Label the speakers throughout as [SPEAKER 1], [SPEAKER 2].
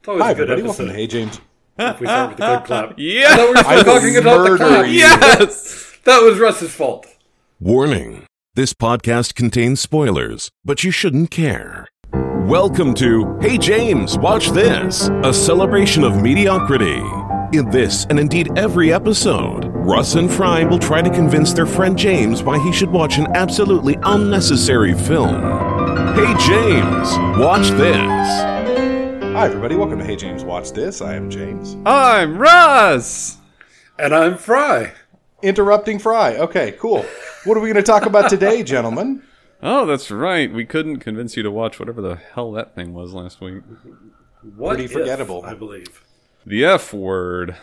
[SPEAKER 1] It's always
[SPEAKER 2] Hi,
[SPEAKER 1] a good
[SPEAKER 2] everybody.
[SPEAKER 1] episode.
[SPEAKER 2] Welcome to Hey James.
[SPEAKER 1] If we start with a good clap. I
[SPEAKER 3] Yeah.
[SPEAKER 1] thought we were
[SPEAKER 2] I
[SPEAKER 1] still talking
[SPEAKER 2] will
[SPEAKER 1] about the
[SPEAKER 2] murder
[SPEAKER 1] clap.
[SPEAKER 2] you.
[SPEAKER 3] Yes.
[SPEAKER 1] That was Russ's fault.
[SPEAKER 4] Warning this podcast contains spoilers, but you shouldn't care. Welcome to Hey James, Watch This, a celebration of mediocrity. In this and indeed every episode, Russ and Fry will try to convince their friend James why he should watch an absolutely unnecessary film. Hey James, watch this.
[SPEAKER 2] Hi, everybody. Welcome to Hey James Watch This. I am James.
[SPEAKER 3] I'm Russ.
[SPEAKER 1] And I'm Fry.
[SPEAKER 2] Interrupting Fry. Okay, cool. What are we going to talk about today, gentlemen?
[SPEAKER 3] Oh, that's right. We couldn't convince you to watch whatever the hell that thing was last week.
[SPEAKER 1] What
[SPEAKER 2] Pretty
[SPEAKER 1] if,
[SPEAKER 2] forgettable.
[SPEAKER 1] I believe.
[SPEAKER 3] The F word.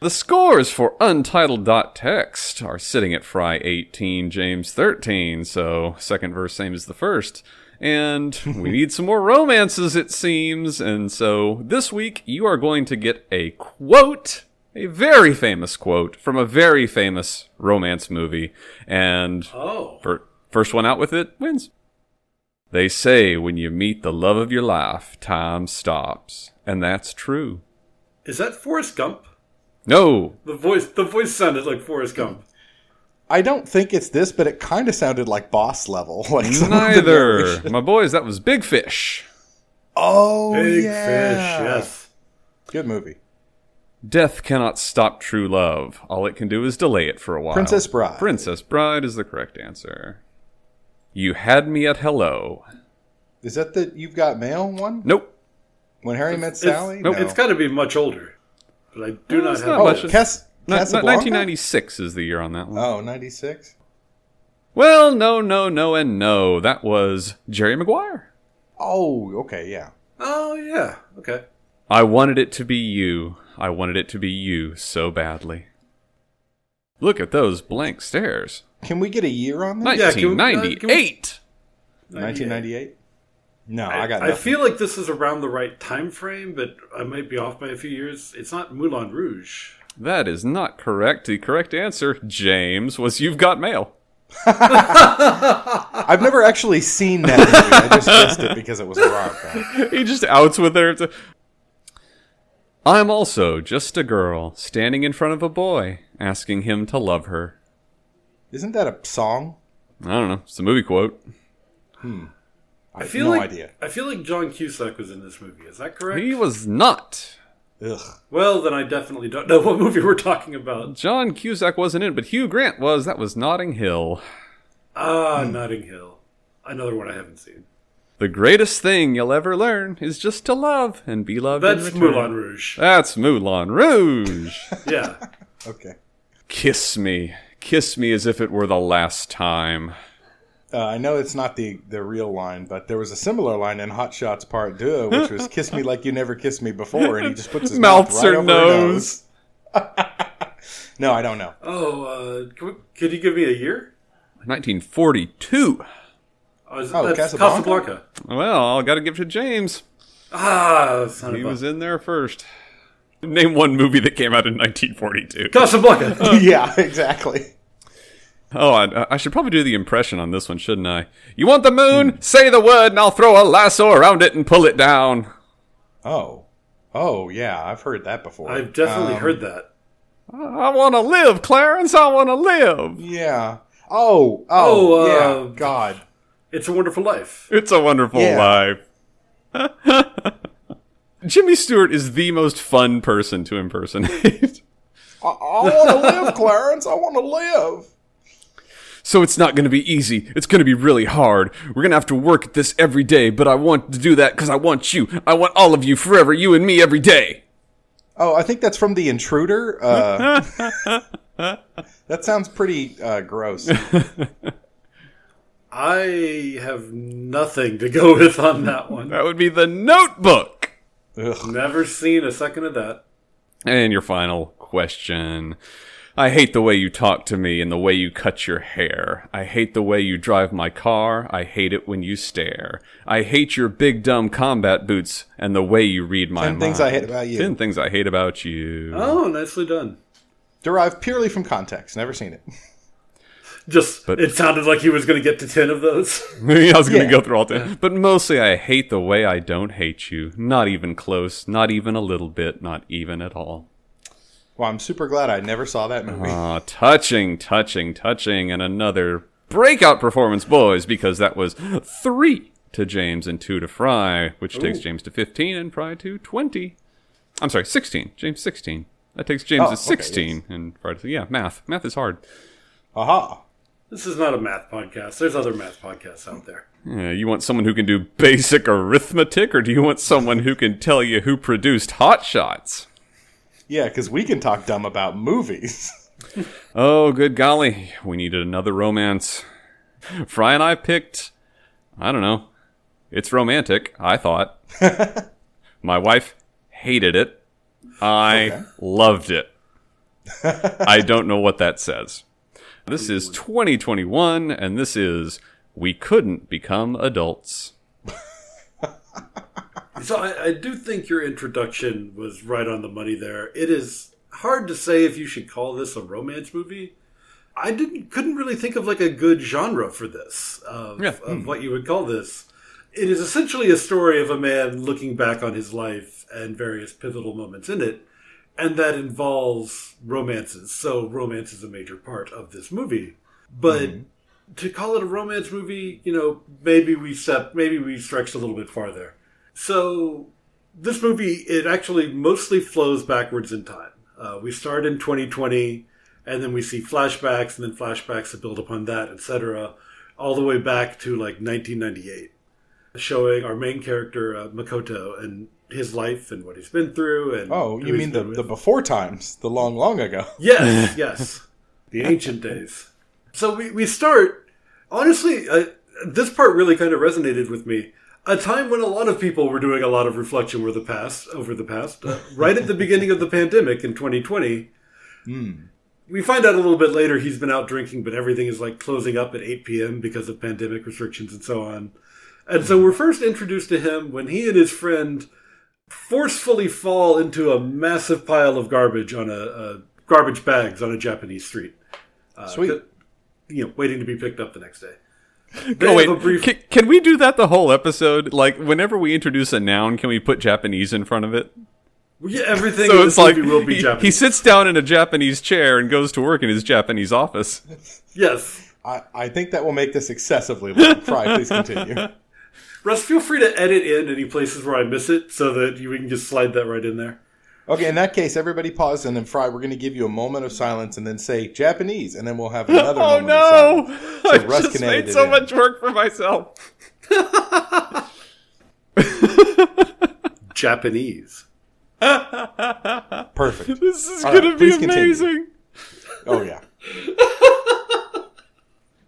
[SPEAKER 3] The scores for Untitled.txt are sitting at Fry 18, James 13, so second verse same as the first. And we need some more romances, it seems. And so this week you are going to get a quote, a very famous quote from a very famous romance movie. And
[SPEAKER 1] Oh.
[SPEAKER 3] Fir- First one out with it wins. They say when you meet the love of your life, time stops. And that's true.
[SPEAKER 1] Is that Forrest Gump?
[SPEAKER 3] No.
[SPEAKER 1] The voice the voice sounded like Forrest Gump.
[SPEAKER 2] I don't think it's this, but it kind of sounded like boss level. Like some of the
[SPEAKER 3] Neither.
[SPEAKER 2] narration.
[SPEAKER 3] My boys, that was Big Fish.
[SPEAKER 2] Oh,
[SPEAKER 1] Big
[SPEAKER 2] yeah.
[SPEAKER 1] fish, yes.
[SPEAKER 2] Good movie.
[SPEAKER 3] Death cannot stop true love. All it can do is delay it for a while.
[SPEAKER 2] Princess Bride.
[SPEAKER 3] Princess Bride is the correct answer. You had me at hello.
[SPEAKER 2] Is that the You've Got Mail one?
[SPEAKER 3] Nope.
[SPEAKER 2] When Harry Met
[SPEAKER 1] It's-
[SPEAKER 2] Sally?
[SPEAKER 3] nope,
[SPEAKER 2] no.
[SPEAKER 1] It's got to be much older. But I do
[SPEAKER 3] No,
[SPEAKER 1] not
[SPEAKER 3] it's
[SPEAKER 1] have
[SPEAKER 3] not
[SPEAKER 2] oh,
[SPEAKER 3] much.
[SPEAKER 1] it.
[SPEAKER 2] Cas-
[SPEAKER 3] Ni- ni-
[SPEAKER 2] Casablanca?
[SPEAKER 3] 1996 is the year on that one.
[SPEAKER 2] Oh, 96?
[SPEAKER 3] Well, no, no, no, and no. That was Jerry Maguire.
[SPEAKER 2] Oh, okay, yeah.
[SPEAKER 1] Oh, yeah. Okay.
[SPEAKER 3] I wanted it to be you. I wanted it to be you so badly. Look at those blank stares.
[SPEAKER 2] Can we get a year on this?
[SPEAKER 1] Yeah, can we- uh, can we-
[SPEAKER 3] 1998.
[SPEAKER 2] 1998? No, I, got
[SPEAKER 1] I
[SPEAKER 2] nothing.
[SPEAKER 1] feel like this is around the right time frame, but I might be off by a few years. It's not Moulin Rouge.
[SPEAKER 3] That is not correct. The correct answer, James, was You've Got Mail.
[SPEAKER 2] I've never actually seen that movie. I just guessed it because it was a rock band.
[SPEAKER 3] he just outs with her. It's a- I'm also just a girl standing in front of a boy asking him to love her.
[SPEAKER 2] Isn't that a song?
[SPEAKER 3] I don't know. It's a movie quote.
[SPEAKER 2] I,
[SPEAKER 1] I feel
[SPEAKER 2] no
[SPEAKER 1] like
[SPEAKER 2] idea.
[SPEAKER 1] I feel like John Cusack was in this movie. Is that correct?
[SPEAKER 3] He was not.
[SPEAKER 2] Ugh.
[SPEAKER 1] Well, then I definitely don't know what movie we're talking about.
[SPEAKER 3] John Cusack wasn't in, but Hugh Grant was. That was Notting Hill.
[SPEAKER 1] Ah,
[SPEAKER 2] Hmm.
[SPEAKER 1] Notting Hill. Another one I haven't seen.
[SPEAKER 3] The greatest thing you'll ever learn is just to love and be loved. in
[SPEAKER 1] That's
[SPEAKER 3] return.
[SPEAKER 1] Moulin Rouge.
[SPEAKER 3] That's Moulin Rouge.
[SPEAKER 1] Yeah.
[SPEAKER 2] Okay.
[SPEAKER 3] Kiss me. Kiss me as if it were the last time.
[SPEAKER 2] Uh, I know it's not the, the real line, but there was a similar line in Hot Shots Part 2, which was "Kiss me like you never kissed me before," and he just puts his mouth,
[SPEAKER 3] Mouths
[SPEAKER 2] right
[SPEAKER 3] or
[SPEAKER 2] over her
[SPEAKER 3] nose.
[SPEAKER 2] nose. No, I don't know.
[SPEAKER 1] Oh, uh, can we, could you give me a year?
[SPEAKER 3] 1942.
[SPEAKER 1] Oh, is,
[SPEAKER 2] Oh,
[SPEAKER 1] that's
[SPEAKER 2] Casablanca?
[SPEAKER 1] Casablanca.
[SPEAKER 3] Well, I gotta give it to James.
[SPEAKER 1] Ah, son
[SPEAKER 3] He
[SPEAKER 1] of a-
[SPEAKER 3] was in there first. Name one movie that came out in 1942.
[SPEAKER 1] Casablanca.
[SPEAKER 2] yeah, exactly.
[SPEAKER 3] Oh, I, I should probably do the impression on this one, shouldn't I? You want the moon?
[SPEAKER 1] Hmm.
[SPEAKER 3] Say the word, and I'll throw a lasso around it and pull it down.
[SPEAKER 2] Oh, oh yeah, I've heard that before.
[SPEAKER 1] I've definitely
[SPEAKER 2] Um,
[SPEAKER 1] heard that.
[SPEAKER 3] I, I want to live, Clarence. I want to live.
[SPEAKER 2] Yeah. Oh, oh,
[SPEAKER 1] Oh, uh,
[SPEAKER 2] yeah. God.
[SPEAKER 1] It's a Wonderful Life.
[SPEAKER 3] It's a wonderful
[SPEAKER 2] Yeah.
[SPEAKER 3] life. Jimmy Stewart is the most fun person to impersonate.
[SPEAKER 2] I, I want to live, Clarence. I want to live.
[SPEAKER 3] so it's not going to be easy. It's going to be really hard. We're going to have to work at this every day, but I want to do that because I want you. I want all of you forever, you and me every day.
[SPEAKER 2] Oh, I think that's from The Intruder. Uh, that sounds pretty uh, gross.
[SPEAKER 1] I have nothing to go with on that one.
[SPEAKER 3] That would be the notebook.
[SPEAKER 2] Ugh.
[SPEAKER 1] Never seen a second of that.
[SPEAKER 3] And your final question. I hate the way you talk to me and the way you cut your hair. I hate the way you drive my car. I hate it when you stare. I hate your big dumb combat boots and the way you read my
[SPEAKER 2] Ten
[SPEAKER 3] mind.
[SPEAKER 2] things I hate about you.
[SPEAKER 3] Ten things I hate about you.
[SPEAKER 1] Oh, nicely done.
[SPEAKER 2] Derived purely from context. Never seen it.
[SPEAKER 1] Just
[SPEAKER 3] But-
[SPEAKER 1] it sounded like he was going to get to ten of those.
[SPEAKER 3] I was going to
[SPEAKER 2] Yeah.
[SPEAKER 3] go through all ten, but mostly I hate the way I don't hate you. Not even close. Not even a little bit. Not even at all.
[SPEAKER 2] Well, I'm super glad I never saw that movie.
[SPEAKER 3] Ah, touching, touching, touching, and another breakout performance, boys, because that was three to James and two to Fry, which takes James to 15 and Fry to 20. I'm sorry, 16. James 16. That takes James
[SPEAKER 2] Oh,
[SPEAKER 3] to
[SPEAKER 2] okay,
[SPEAKER 3] 16 and Fry to, yeah, math. Math is hard.
[SPEAKER 2] Aha.
[SPEAKER 1] this is not a math podcast. There's other math podcasts out there.
[SPEAKER 3] Yeah, you want someone who can do basic arithmetic, or do you want someone who can tell you who produced Hot Shots?
[SPEAKER 2] Yeah, because we can talk dumb about movies.
[SPEAKER 3] Oh, good golly. We needed another romance. Fry and I picked, I don't know. It's romantic, I thought. My wife hated it. I loved it. I don't know what that says. This is 2021, and this is We Couldn't Become Adults.
[SPEAKER 1] So I, I do think your introduction was right on the money there. It is hard to say if you should call this a romance movie. I didn't couldn't really think of like a good genre for this of,
[SPEAKER 3] Yeah.
[SPEAKER 1] of what you would call this. It is essentially a story of a man looking back on his life and various pivotal moments in it, and that involves romances. So romance is a major part of this movie, but
[SPEAKER 2] Mm-hmm.
[SPEAKER 1] to call it a romance movie, you know, maybe we step, maybe we stretched a little bit farther. So this movie, it actually mostly flows backwards in time. Uh, we start in 2020, and then we see flashbacks, and then flashbacks that build upon that, etc., all the way back to like 1998, showing our main character uh, Makoto and his life and what he's been through. And
[SPEAKER 2] Oh,
[SPEAKER 1] who
[SPEAKER 2] you
[SPEAKER 1] he's
[SPEAKER 2] mean the,
[SPEAKER 1] been
[SPEAKER 2] the
[SPEAKER 1] with.
[SPEAKER 2] before times, the long, long ago.
[SPEAKER 1] Yes, yes. the ancient days. So we, we start, honestly, uh, this part really kind of resonated with me. A time when a lot of people were doing a lot of reflection over the past, over the past, uh, right at the beginning of the pandemic in 2020. We find out a little bit later he's been out drinking, but everything is like closing up at 8 p.m. because of pandemic restrictions and so on. And so we're first introduced to him when he and his friend forcefully fall into a massive pile of garbage on a, a garbage bags on a Japanese street. Uh,
[SPEAKER 2] Sweet.
[SPEAKER 1] you know, waiting to be picked up the next day. They
[SPEAKER 3] Oh,
[SPEAKER 1] have
[SPEAKER 3] wait.
[SPEAKER 1] a brief-
[SPEAKER 3] Can, can we do that the whole episode? Like, whenever we introduce a noun, can we put Japanese in front of it?
[SPEAKER 1] yeah, everything
[SPEAKER 3] so
[SPEAKER 1] in
[SPEAKER 3] it's
[SPEAKER 1] this
[SPEAKER 3] like
[SPEAKER 1] movie will be
[SPEAKER 3] he,
[SPEAKER 1] Japanese.
[SPEAKER 3] he sits down in a Japanese chair and goes to work in his Japanese office.
[SPEAKER 1] yes.
[SPEAKER 2] I, I think that will make this excessively long. Fry, please continue.
[SPEAKER 1] Russ, feel free to edit in any places where I miss it so that you, we can just slide that right in there.
[SPEAKER 2] Okay, in that case, everybody pause and then Fry, we're going to give you a moment of silence and then say Japanese, and then we'll have another
[SPEAKER 3] Oh
[SPEAKER 2] moment of
[SPEAKER 3] no!
[SPEAKER 2] silence.
[SPEAKER 3] I
[SPEAKER 2] So Russ
[SPEAKER 3] just
[SPEAKER 2] can edit
[SPEAKER 3] made
[SPEAKER 2] it
[SPEAKER 3] so
[SPEAKER 2] in.
[SPEAKER 3] much work for myself.
[SPEAKER 1] Japanese.
[SPEAKER 2] Perfect.
[SPEAKER 3] This is
[SPEAKER 2] All right,
[SPEAKER 3] gonna be
[SPEAKER 2] please continue.
[SPEAKER 3] amazing.
[SPEAKER 2] Oh, yeah.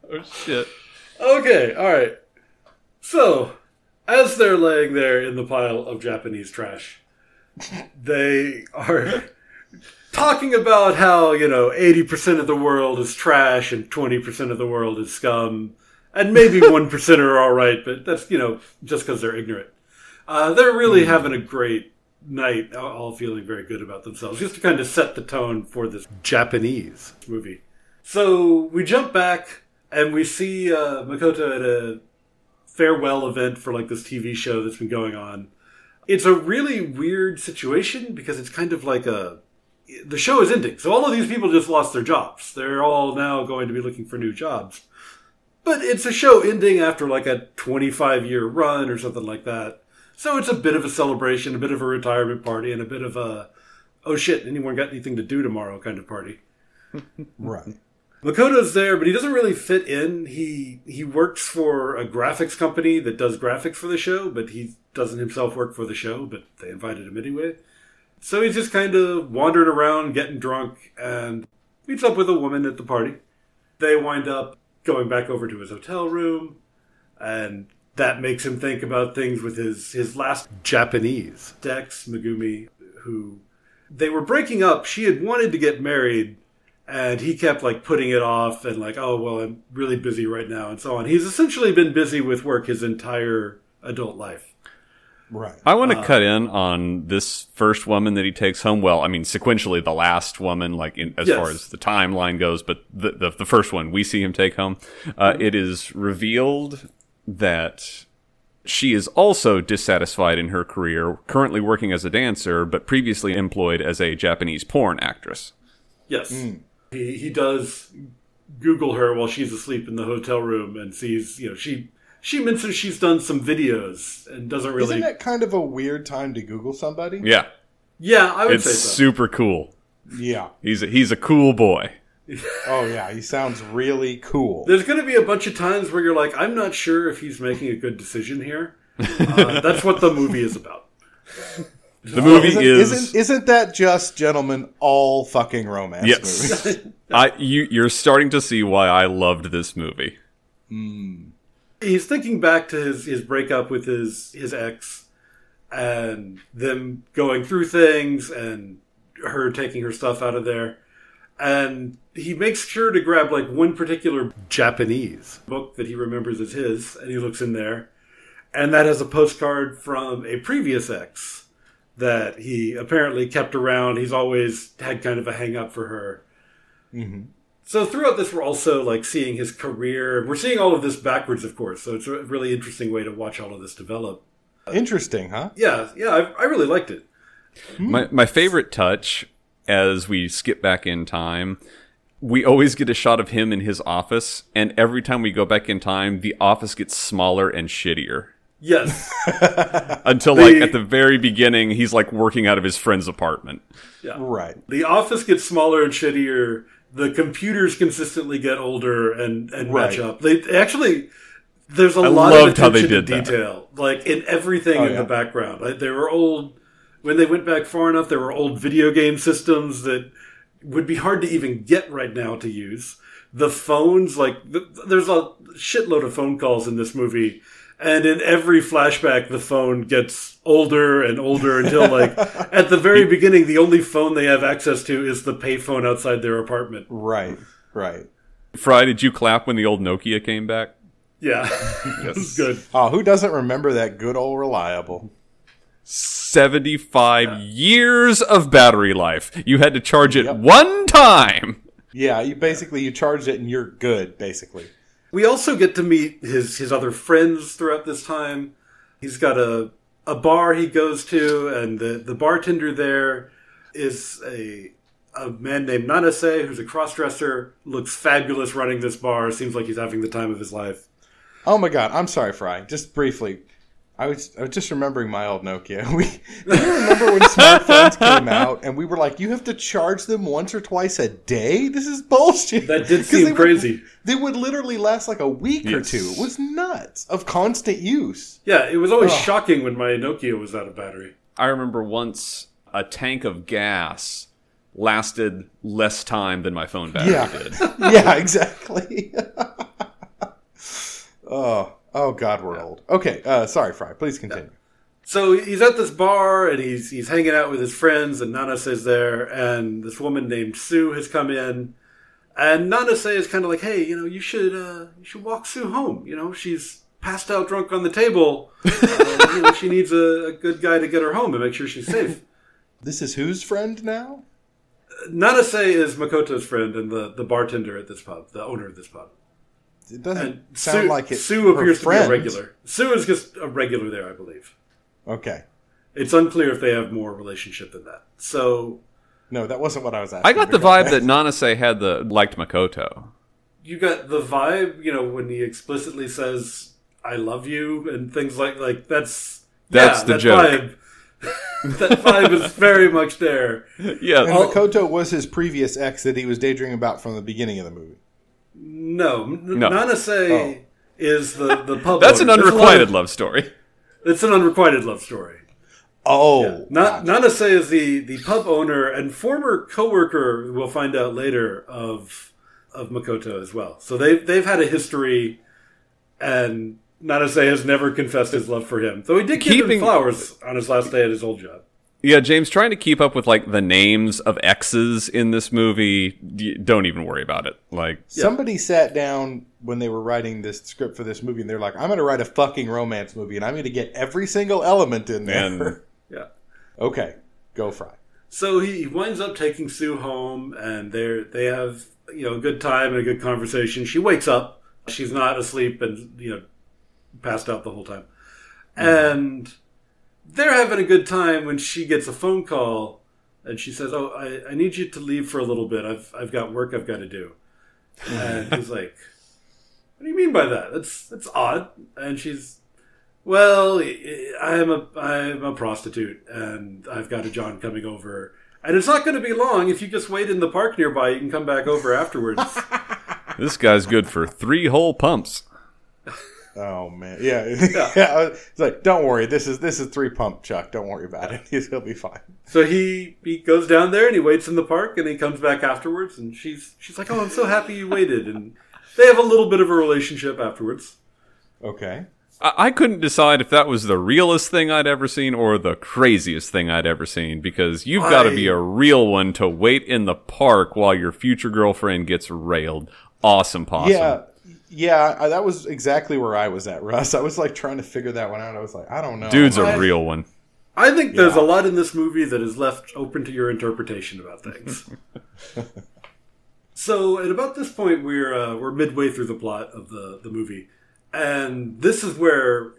[SPEAKER 3] Oh shit!
[SPEAKER 1] Okay, all right. So, as they're laying there in the pile of Japanese trash, they are talking about how, you know, 80% of the world is trash and 20% of the world is scum, and maybe 1% are all right, but that's, you know, just because they're ignorant. Uh, they're really having a great night, all- all feeling very good about themselves, just to kind of set the tone for this Japanese movie. So we jump back and we see uh, Makoto at a farewell event for like this TV show that's been going on. It's a really weird situation because it's kind of like a the show is ending. So all of these people just lost their jobs. They're all now going to be looking for new jobs. But it's a show ending after like a 25 year run or something like that. So it's a bit of a celebration, a bit of a retirement party, and a bit of a oh shit, anyone got anything to do tomorrow kind of party.
[SPEAKER 2] Right.
[SPEAKER 1] Makoto's there, but he doesn't really fit in. He he works for a graphics company that does graphics for the show, but he doesn't himself work for the show, but they invited him anyway. So he's just kind of wandering around, getting drunk, and meets up with a woman at the party. They wind up going back over to his hotel room, and that makes him think about things with his, his last Japanese, Dex Megumi, who they were breaking up. She had wanted to get married, and he kept like putting it off and like oh well i'm really busy right now and so on he's essentially been busy with work his entire adult life
[SPEAKER 2] Right.
[SPEAKER 3] I want to
[SPEAKER 1] Uh.
[SPEAKER 3] cut in on this first woman that he takes home. Well, I mean, sequentially, the last woman, like in, as
[SPEAKER 1] Yes.
[SPEAKER 3] far as the timeline goes, but the, the, the first one we see him take home,
[SPEAKER 1] Mm-hmm.
[SPEAKER 3] uh, it is revealed that she is also dissatisfied in her career, currently working as a dancer, but previously employed as a Japanese porn actress.
[SPEAKER 1] Yes. He he does Google her while she's asleep in the hotel room and sees, you know, she she mentions she's done some videos and doesn't really
[SPEAKER 2] Isn't that kind of a weird time to Google somebody?
[SPEAKER 3] Yeah,
[SPEAKER 1] Yeah, I would
[SPEAKER 3] it's
[SPEAKER 1] say so.
[SPEAKER 3] super cool.
[SPEAKER 2] Yeah.
[SPEAKER 3] He's a, he's a cool boy.
[SPEAKER 2] Oh yeah, he sounds really cool.
[SPEAKER 1] There's going to be a bunch of times where you're like, I'm not sure if he's making a good decision here. Uh, that's what the movie is about.
[SPEAKER 3] The movie
[SPEAKER 2] isn't,
[SPEAKER 3] is
[SPEAKER 2] isn't isn't that just gentlemen all fucking romance movies?
[SPEAKER 3] yes. I you you're starting to see why I loved this movie.
[SPEAKER 1] He's thinking back to his, his breakup with his, his ex and them going through things and her taking her stuff out of there. And he makes sure to grab like one particular Japanese book that he remembers as his, and he looks in there. And that has a postcard from a previous ex that he apparently kept around. He's always had kind of a hang up for her. So throughout this, we're also like seeing his career. We're seeing all of this backwards, of course. So it's a really interesting way to watch all of this develop.
[SPEAKER 2] Interesting, huh?
[SPEAKER 1] Yeah, yeah, I, I really liked it.
[SPEAKER 3] My my favorite touch as we skip back in time, we always get a shot of him in his office, and every time we go back in time, the office gets smaller and shittier.
[SPEAKER 1] Yes,
[SPEAKER 3] Until like
[SPEAKER 1] The-
[SPEAKER 3] at the very beginning, he's like working out of his friend's apartment.
[SPEAKER 2] Right.
[SPEAKER 1] the office gets smaller and shittier. The computers consistently get older and and
[SPEAKER 2] Right.
[SPEAKER 1] match up. They actually there's a
[SPEAKER 3] I
[SPEAKER 1] lot
[SPEAKER 3] loved
[SPEAKER 1] of
[SPEAKER 3] how they
[SPEAKER 1] attention to
[SPEAKER 3] did that. Oh,
[SPEAKER 1] detail, like in everything in
[SPEAKER 2] yeah.
[SPEAKER 1] the background. Like, there were old when they went back far enough. There were old video game systems that would be hard to even get right now to use. The phones, like th- there's a shitload of phone calls in this movie, and in every flashback, the phone gets older and older until like at the very beginning, the only phone they have access to is the payphone outside their apartment.
[SPEAKER 2] Right. Right.
[SPEAKER 3] Fry, did you clap when the old Nokia came back?
[SPEAKER 1] Yeah, yes. good.
[SPEAKER 2] Oh, who doesn't remember that good old reliable?
[SPEAKER 3] Seventy five years of battery life. You had to charge it
[SPEAKER 2] Yep.
[SPEAKER 3] one time.
[SPEAKER 2] Yeah, you basically you charged it and you're good, basically.
[SPEAKER 1] We also get to meet his his other friends throughout this time. He's got a a bar he goes to, and the the bartender there is a a man named Nanase who's a crossdresser. Looks fabulous running this bar. Seems like he's having the time of his life.
[SPEAKER 2] Oh my god, I'm sorry, Fry. Just briefly. I was, I was just remembering my old Nokia. We do you remember when smartphones came out and we were like, you have to charge them once or twice a day? This is bullshit.
[SPEAKER 1] That did
[SPEAKER 2] 'Cause
[SPEAKER 1] seem
[SPEAKER 2] they would-
[SPEAKER 1] crazy.
[SPEAKER 2] they would literally last like a week or
[SPEAKER 3] Yes.
[SPEAKER 2] two. It was nuts of constant use.
[SPEAKER 1] Yeah, it was always
[SPEAKER 2] Ugh.
[SPEAKER 1] shocking when my Nokia was out of battery.
[SPEAKER 3] I remember once a tank of gas lasted less time than my phone battery
[SPEAKER 2] Yeah.
[SPEAKER 3] did.
[SPEAKER 2] yeah, exactly. oh, oh God, we're old. Okay, uh, sorry, Fry. Please continue.
[SPEAKER 1] So he's at this bar and he's he's hanging out with his friends and Nanase is there and this woman named Sue has come in and Nanase is kind of like hey you know you should uh, you should walk Sue home you know she's passed out drunk on the table uh, you know, she needs a, a good guy to get her home and make sure she's safe.
[SPEAKER 2] This is whose friend now?
[SPEAKER 1] Nanase is Makoto's friend and the, the bartender at this pub the owner of this pub
[SPEAKER 2] It doesn't
[SPEAKER 1] and
[SPEAKER 2] sound
[SPEAKER 1] Uh, Sue,
[SPEAKER 2] like it.
[SPEAKER 1] Sue
[SPEAKER 2] her
[SPEAKER 1] appears to be
[SPEAKER 2] friend.
[SPEAKER 1] a regular Sue is just a regular there I believe
[SPEAKER 2] Okay,
[SPEAKER 1] it's unclear if they have more relationship than that so
[SPEAKER 2] no, that wasn't what I was asking.
[SPEAKER 3] I got the
[SPEAKER 2] because
[SPEAKER 3] vibe that Nanase had the liked Makoto.
[SPEAKER 1] you got the vibe, you know, when he explicitly says "I love you" and things like like that's
[SPEAKER 3] That's the
[SPEAKER 1] that
[SPEAKER 3] joke.
[SPEAKER 1] Vibe, that vibe is very much there.
[SPEAKER 3] Yeah,
[SPEAKER 2] And Makoto was his previous ex that he was daydreaming about from the beginning of the movie.
[SPEAKER 1] No, N-
[SPEAKER 3] No.
[SPEAKER 1] Nanase
[SPEAKER 2] Oh.
[SPEAKER 1] is the the pub.
[SPEAKER 3] that's an
[SPEAKER 1] owner. There's a lot
[SPEAKER 3] unrequited
[SPEAKER 1] of-
[SPEAKER 3] love story.
[SPEAKER 1] It's an unrequited love story.
[SPEAKER 2] Oh,
[SPEAKER 1] Na- Nanase is the the pub owner and former coworker. We'll find out later of of Makoto as well. So they they've had a history, and Nanase has never confessed his love for him. Though he did give
[SPEAKER 3] Keeping-
[SPEAKER 1] him flowers on his last day at his old job.
[SPEAKER 3] Yeah, James, trying to keep up with like the names of X's in this movie, y- don't even worry about it. Like,
[SPEAKER 2] Somebody sat down when they were writing this script for this movie, and they're like, "I'm going to write a fucking romance movie, and I'm going to get every single element in there."
[SPEAKER 3] And-
[SPEAKER 1] Yeah.
[SPEAKER 2] okay, go fry.
[SPEAKER 1] So he winds up taking Sue home, and they they have you know a good time and a good conversation. She wakes up; she's not asleep and you know passed out the whole time. And they're having a good time when she gets a phone call, and she says, "Oh, I, I need you to leave for a little bit. I've I've got work I've got to do." And he's like, "What do you mean by that? That's that's odd." And she's well, I'm a I'm a prostitute, and I've got a John coming over, and it's not going to be long. If you just wait in the park nearby, you can come back over afterwards.
[SPEAKER 3] this guy's good for three whole pumps.
[SPEAKER 2] Oh man, yeah, yeah. I was- it's like, don't worry. This is this is three pump Chuck. Don't worry about it. He's, he'll be fine.
[SPEAKER 1] so he he goes down there and he waits in the park, and he comes back afterwards, and she's she's like, "Oh, I'm so happy you waited," and they have a little bit of a relationship afterwards.
[SPEAKER 2] Okay.
[SPEAKER 3] I, I couldn't decide if that was the realest thing I'd ever seen or the craziest thing I'd ever seen because you've got to
[SPEAKER 1] I-
[SPEAKER 3] be a real one to wait in the park while your future girlfriend gets railed. Awesome, possum.
[SPEAKER 2] Yeah. Yeah, I, that was exactly where I was at, Russ. I was like trying to figure that one out. I was like, I don't know.
[SPEAKER 3] Dude's
[SPEAKER 2] I-
[SPEAKER 3] a real one.
[SPEAKER 1] I think there's
[SPEAKER 2] Yeah.
[SPEAKER 1] a lot in this movie that is left open to your interpretation about things. so at about this point, we're uh, we're midway through the plot of the the movie, and this is where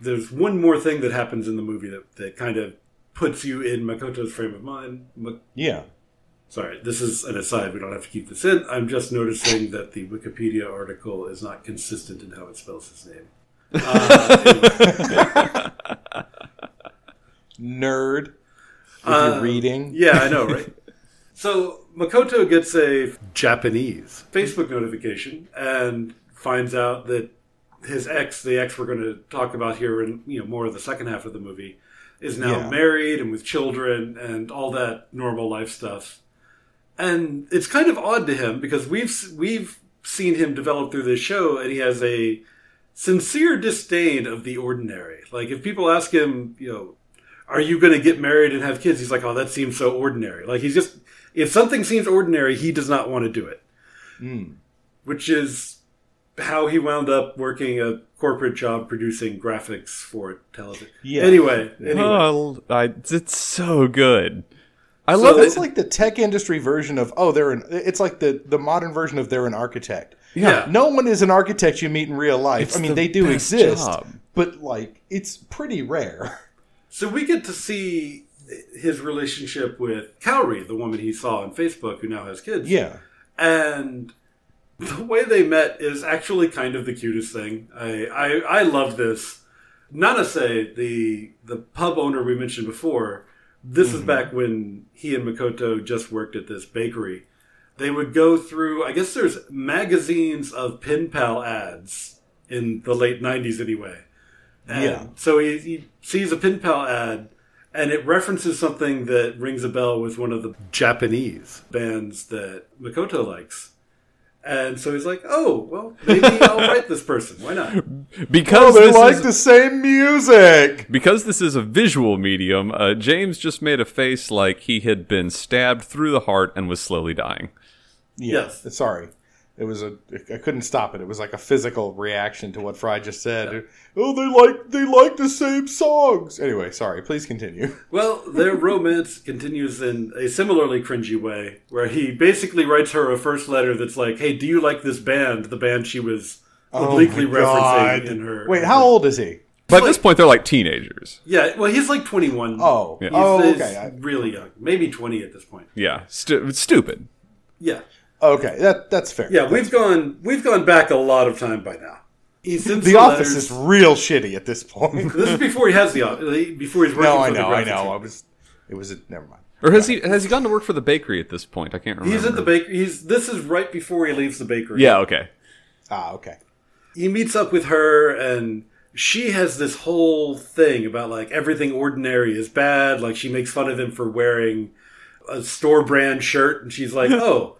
[SPEAKER 1] there's one more thing that happens in the movie that that kind of puts you in Makoto's frame of mind. Ma-
[SPEAKER 2] Yeah.
[SPEAKER 1] Sorry, this is an aside. We don't have to keep this in. I'm just noticing that the Wikipedia article is not consistent in how it spells his name. Uh, anyway.
[SPEAKER 2] Nerd. With
[SPEAKER 1] Uh,
[SPEAKER 2] your reading.
[SPEAKER 1] Yeah, I know, right? so Makoto gets a Japanese Facebook notification and finds out that his ex, the ex we're going to talk about here in you know more of the second half of the movie, is now
[SPEAKER 2] Yeah.
[SPEAKER 1] married and with children and all that normal life stuff. And it's kind of odd to him because we've we've seen him develop through this show, and he has a sincere disdain of the ordinary. Like if people ask him, you know, are you going to get married and have kids? He's like, oh, that seems so ordinary. Like he's just, if something seems ordinary, he does not want to do it,
[SPEAKER 2] Mm.
[SPEAKER 1] which is how he wound up working a corporate job producing graphics for television.
[SPEAKER 2] Yeah.
[SPEAKER 1] Anyway, anyway,
[SPEAKER 3] Oh, I, it's so good. I
[SPEAKER 1] So
[SPEAKER 3] love
[SPEAKER 2] It's
[SPEAKER 3] it.
[SPEAKER 2] like the tech industry version of oh they're an it's like the the modern version of they're an architect.
[SPEAKER 1] yeah.
[SPEAKER 2] No one is an architect you meet in real life.
[SPEAKER 3] It's
[SPEAKER 2] I
[SPEAKER 3] the
[SPEAKER 2] mean, they do
[SPEAKER 3] best
[SPEAKER 2] exist,
[SPEAKER 3] job.
[SPEAKER 2] but like it's pretty rare.
[SPEAKER 1] So we get to see his relationship with Cowrie, the woman he saw on Facebook who now has kids.
[SPEAKER 2] yeah.
[SPEAKER 1] and the way they met is actually kind of the cutest thing. I I, I love this. Nanase, the the pub owner we mentioned before, this is back when he and Makoto just worked at this bakery. They would go through. I guess there's magazines of pen pal ads in the late '90s, anyway. And
[SPEAKER 2] Yeah.
[SPEAKER 1] So he, he sees a pen pal ad, and it references something that rings a bell with one of the Japanese bands that Makoto likes. And so he's like, "Oh, well, maybe I'll write this person. Why not?"
[SPEAKER 3] Because
[SPEAKER 2] they
[SPEAKER 3] this
[SPEAKER 2] like
[SPEAKER 3] is,
[SPEAKER 2] the same music.
[SPEAKER 3] because this is a visual medium, uh, James just made a face like he had been stabbed through the heart and was slowly dying.
[SPEAKER 2] Yeah.
[SPEAKER 1] Yes.
[SPEAKER 2] Sorry. It was a. I couldn't stop it. It was like a physical reaction to what Fry just said. Oh, they like they like the same songs. Anyway, sorry. Please continue.
[SPEAKER 1] Well, their romance continues in a similarly cringy way, where he basically writes her a first letter that's like, "Hey, do you like this band? The band she was obliquely
[SPEAKER 2] Oh my
[SPEAKER 1] referencing
[SPEAKER 2] God.
[SPEAKER 1] in her."
[SPEAKER 2] Wait, how old is he?
[SPEAKER 3] By this point, they're like teenagers.
[SPEAKER 1] Yeah, well, he's like twenty-one.
[SPEAKER 2] Oh.
[SPEAKER 1] he's,
[SPEAKER 2] Oh,
[SPEAKER 1] he's
[SPEAKER 2] okay. I-
[SPEAKER 1] really young, maybe twenty at this point.
[SPEAKER 3] Yeah, stu- stupid.
[SPEAKER 1] Yeah,
[SPEAKER 2] Okay, that that's fair.
[SPEAKER 1] yeah, we've gone we've gone back a lot of time by now. He sends
[SPEAKER 2] the office
[SPEAKER 1] letters-
[SPEAKER 2] is real shitty at this point.
[SPEAKER 1] This is before he has the office. Before he's working.
[SPEAKER 2] no, I
[SPEAKER 1] for the
[SPEAKER 2] know, I
[SPEAKER 1] graphics
[SPEAKER 2] know. I
[SPEAKER 1] team.
[SPEAKER 2] was. It was. A, never mind.
[SPEAKER 3] Or has he has he gone to work for the bakery at this point? I can't remember.
[SPEAKER 1] He's at the bakery. He's this is right before he leaves the bakery.
[SPEAKER 3] Yeah, okay.
[SPEAKER 2] Ah, okay.
[SPEAKER 1] he meets up with her and she has this whole thing about like everything ordinary is bad like she makes fun of him for wearing a store brand shirt and she's like oh